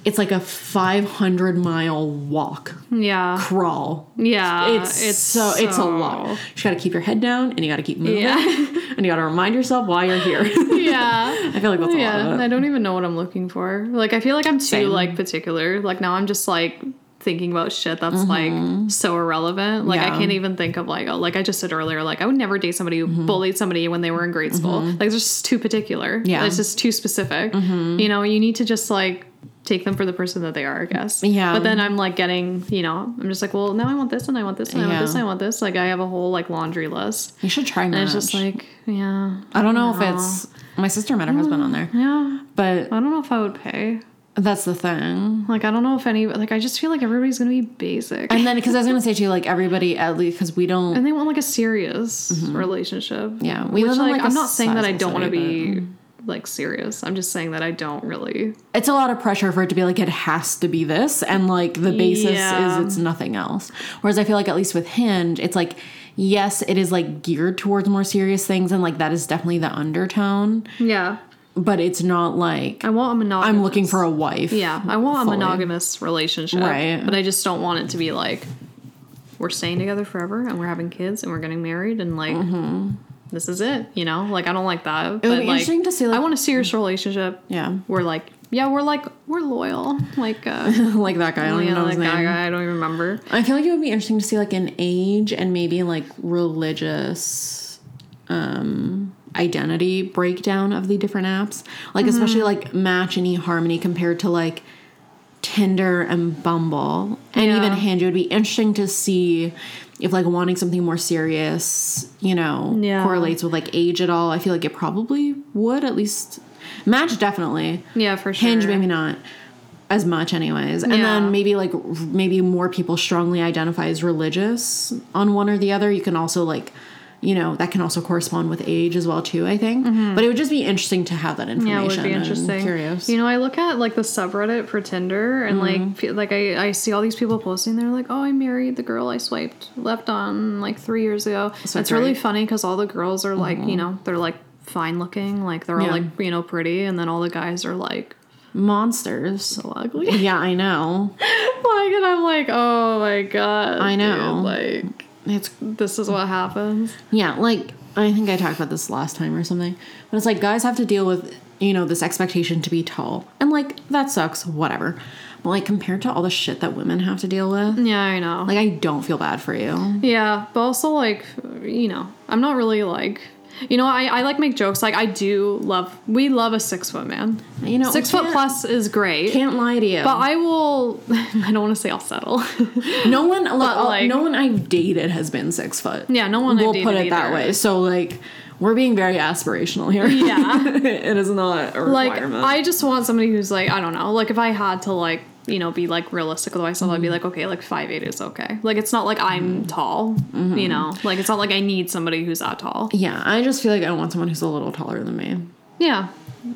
Speaker 2: it's like a 500 mile walk,
Speaker 1: Yeah.
Speaker 2: crawl.
Speaker 1: Yeah.
Speaker 2: It's, so, it's a lot. You just got to keep your head down and you got to keep moving
Speaker 1: Yeah.
Speaker 2: and you got to remind yourself why you're here.
Speaker 1: yeah.
Speaker 2: I feel like that's a lot
Speaker 1: Yeah.
Speaker 2: of
Speaker 1: I
Speaker 2: it.
Speaker 1: don't even know what I'm looking for. Like I feel like I'm too
Speaker 2: Same.
Speaker 1: like particular. Like now I'm just like thinking about shit that's like so irrelevant. Like I
Speaker 2: Mm-hmm. Yeah.
Speaker 1: can't even think of like oh, like I just said earlier, like I would never date somebody who
Speaker 2: Mm-hmm.
Speaker 1: bullied somebody when they were in grade school. Like it's just too particular.
Speaker 2: Yeah. Mm-hmm.
Speaker 1: It's just too specific. You know, you need to just like take them for the person that they are, I guess.
Speaker 2: Yeah.
Speaker 1: But then I'm like getting, you know, I'm just like, well, now I want this and I want this and I want
Speaker 2: Yeah.
Speaker 1: this and I want this. Like I have a whole like laundry list.
Speaker 2: You should try
Speaker 1: And
Speaker 2: Match.
Speaker 1: it's just like, yeah.
Speaker 2: I don't know if it's my sister met her husband on
Speaker 1: Mm-hmm.
Speaker 2: there,
Speaker 1: Yeah.
Speaker 2: but
Speaker 1: I don't know if I would pay.
Speaker 2: that's the thing.
Speaker 1: Like, I don't know if any, like, I just feel like everybody's gonna be basic.
Speaker 2: And then because I was gonna say too, like everybody at least because we don't.
Speaker 1: and they want, like, a serious relationship.
Speaker 2: Mm-hmm. Yeah,
Speaker 1: We
Speaker 2: we live
Speaker 1: Which,
Speaker 2: in,
Speaker 1: like,
Speaker 2: like, a Mm-hmm.
Speaker 1: I'm not saying that I
Speaker 2: sizable
Speaker 1: don't wanna
Speaker 2: city,
Speaker 1: be, like, serious. I'm just saying that I don't really.
Speaker 2: it's a lot of pressure for it to be like it has to be this and like the basis
Speaker 1: Yeah.
Speaker 2: is it's nothing else whereas i feel like at least with hinge it's like yes it is like geared towards more serious things and like that is definitely the undertone
Speaker 1: Yeah.
Speaker 2: but it's not like
Speaker 1: I want a monogamous.
Speaker 2: i'm looking for a wife
Speaker 1: Yeah. I want
Speaker 2: fully.
Speaker 1: a monogamous relationship.
Speaker 2: Right.
Speaker 1: But I just don't want it to be like, we're staying together forever and we're having kids and we're getting married and, like, this is it, you know? Like, I don't like that.
Speaker 2: Mm-hmm. it would
Speaker 1: but,
Speaker 2: be
Speaker 1: like,
Speaker 2: interesting to see like
Speaker 1: I want a serious relationship.
Speaker 2: yeah
Speaker 1: We're like, yeah, we're like, we're loyal. Like, uh,
Speaker 2: like that guy i don't
Speaker 1: yeah,
Speaker 2: even know
Speaker 1: like,
Speaker 2: his name
Speaker 1: I, I don't even remember.
Speaker 2: I feel like it would be interesting to see like an age and maybe like religious um identity breakdown of the different apps. Like especially like Match and eHarmony compared to like Tinder and Bumble and
Speaker 1: Yeah.
Speaker 2: even Hinge. It would be interesting to see if like wanting something more serious, you know,
Speaker 1: Yeah.
Speaker 2: correlates with like age at all. I feel like it probably would at least Match definitely.
Speaker 1: Yeah, for sure.
Speaker 2: Hinge, maybe not as much, anyways. And
Speaker 1: Yeah.
Speaker 2: then maybe like r- maybe more people strongly identify as religious on one or the other. You can also like, you know, that can also correspond with age as well too. I think, but it would just be interesting to have that information.
Speaker 1: Mm-hmm. Yeah, it would be
Speaker 2: and
Speaker 1: interesting.
Speaker 2: Curious. Mm-hmm.
Speaker 1: You know, I look at like the subreddit for Tinder, and like fe- like I, I see all these people posting. They're like, "Oh, I married the girl I swiped left on like three years ago." It's
Speaker 2: Swiped
Speaker 1: really
Speaker 2: right.
Speaker 1: funny because all the girls are like, you know, they're like fine looking, like they're all
Speaker 2: Mm-hmm. Yeah.
Speaker 1: like you know pretty, and then all the guys are like
Speaker 2: Monsters.
Speaker 1: so ugly.
Speaker 2: Yeah, I know.
Speaker 1: like, and I'm like, oh my god,
Speaker 2: I
Speaker 1: dude,
Speaker 2: know.
Speaker 1: like,
Speaker 2: It's
Speaker 1: this is what happens.
Speaker 2: Yeah, like I think I talked about this last time or something, but it's like guys have to deal with you know this expectation to be tall, and like that sucks. Whatever, but like compared to all the shit that women have to deal with,
Speaker 1: Yeah, I know.
Speaker 2: like I don't feel bad for you.
Speaker 1: Yeah, but also like you know, I'm not really like you know, I, I like make jokes. Like I do love we love a six foot man.
Speaker 2: You know,
Speaker 1: six
Speaker 2: I
Speaker 1: foot
Speaker 2: can't-
Speaker 1: plus is great.
Speaker 2: Can't lie to you.
Speaker 1: but I will I don't want to say I'll settle.
Speaker 2: no one, look, I'll-
Speaker 1: like-
Speaker 2: no one I've dated has been six foot.
Speaker 1: yeah, no one I've
Speaker 2: we'll
Speaker 1: dated
Speaker 2: put it that
Speaker 1: either.
Speaker 2: way. So like, we're being very aspirational here.
Speaker 1: Yeah.
Speaker 2: it is not a
Speaker 1: like
Speaker 2: requirement.
Speaker 1: I just want somebody who's like, I don't know, like if I had to like you know, be like realistic with myself.
Speaker 2: Mm-hmm.
Speaker 1: I'd be like, okay, like five eight is okay. Like it's not like I'm tall,
Speaker 2: Mm-hmm.
Speaker 1: you know. Like it's not like I need somebody who's that tall.
Speaker 2: yeah, I just feel like I want someone who's a little taller than me.
Speaker 1: Yeah,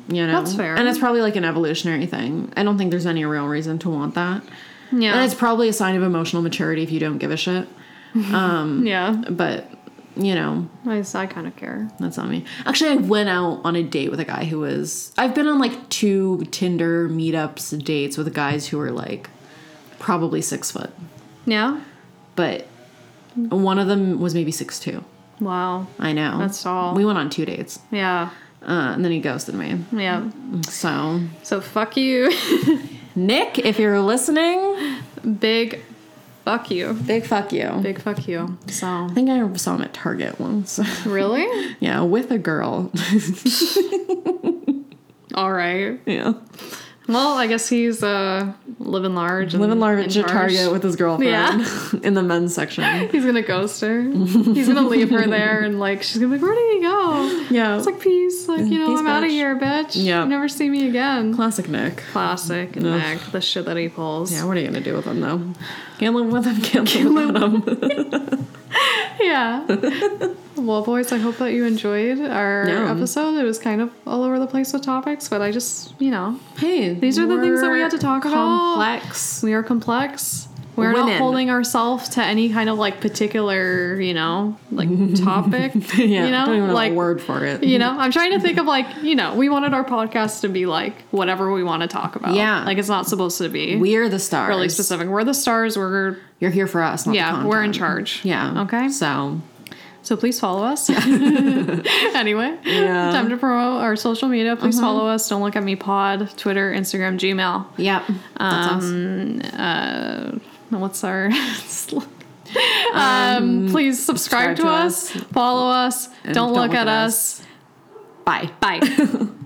Speaker 2: You know,
Speaker 1: That's fair.
Speaker 2: And it's probably like an evolutionary thing. I don't think there's any real reason to want that. And
Speaker 1: yeah,
Speaker 2: it's probably a sign of emotional maturity if you don't give a shit.
Speaker 1: yeah.
Speaker 2: But you know,
Speaker 1: I, I kind of care.
Speaker 2: that's not me. Actually, I went out on a date with a guy who was. I've been on like two Tinder meetups dates with guys who were like probably six foot,
Speaker 1: Yeah.
Speaker 2: but one of them was maybe six two.
Speaker 1: Wow.
Speaker 2: I know.
Speaker 1: That's tall.
Speaker 2: We went on two dates,
Speaker 1: Yeah.
Speaker 2: uh, and then he ghosted me.
Speaker 1: Yeah.
Speaker 2: So,
Speaker 1: So fuck you.
Speaker 2: Nick, if you're listening,
Speaker 1: Big fuck you.
Speaker 2: big fuck you.
Speaker 1: Big fuck you. So
Speaker 2: I think I saw him at Target once.
Speaker 1: really?
Speaker 2: yeah, with a girl.
Speaker 1: All right.
Speaker 2: yeah.
Speaker 1: Well, I guess he's uh, living large. and
Speaker 2: Living
Speaker 1: in
Speaker 2: large at
Speaker 1: charge.
Speaker 2: Target with his girlfriend
Speaker 1: Yeah.
Speaker 2: in the men's section.
Speaker 1: He's gonna ghost her. He's gonna leave her there, and like she's gonna be like, "Where did he go?"
Speaker 2: Yeah.
Speaker 1: It's like peace, like you know,
Speaker 2: Peace,
Speaker 1: I'm out of
Speaker 2: bitch.
Speaker 1: here, bitch.
Speaker 2: Yeah.
Speaker 1: You never see me again.
Speaker 2: classic Nick.
Speaker 1: Classic and Nick, the shit that he pulls.
Speaker 2: Yeah, what are you gonna do with him though? Can't live with him. Can't, live without him.
Speaker 1: Yeah. well, boys, I hope that you enjoyed our
Speaker 2: Yeah.
Speaker 1: episode. It was kind of all over the place with topics, but I just, you know,
Speaker 2: hey,
Speaker 1: these are the things that we had to talk about.
Speaker 2: Complex.
Speaker 1: We are complex. We're not
Speaker 2: Women.
Speaker 1: holding ourselves to any kind of like particular, you know, like topic.
Speaker 2: Yeah,
Speaker 1: you know,
Speaker 2: don't even
Speaker 1: like
Speaker 2: have a word for it.
Speaker 1: You know, I'm trying to think of like, you know, we wanted our podcast to be like whatever we want to talk about.
Speaker 2: Yeah.
Speaker 1: Like it's not supposed to be
Speaker 2: We are the stars.
Speaker 1: really specific. We're the stars. We're,
Speaker 2: You're here for us. Not the
Speaker 1: yeah, we're in
Speaker 2: content.
Speaker 1: charge.
Speaker 2: Yeah.
Speaker 1: Okay.
Speaker 2: So
Speaker 1: So please follow us. anyway,
Speaker 2: Yeah. Uh-huh.
Speaker 1: time to promote our social media. Please follow us. Don't look at me pod, Twitter, Instagram, Gmail.
Speaker 2: yep. Um, That's us.
Speaker 1: And What's our um, please subscribe, to, us, follow us, don't, look, at us. Bye. Bye.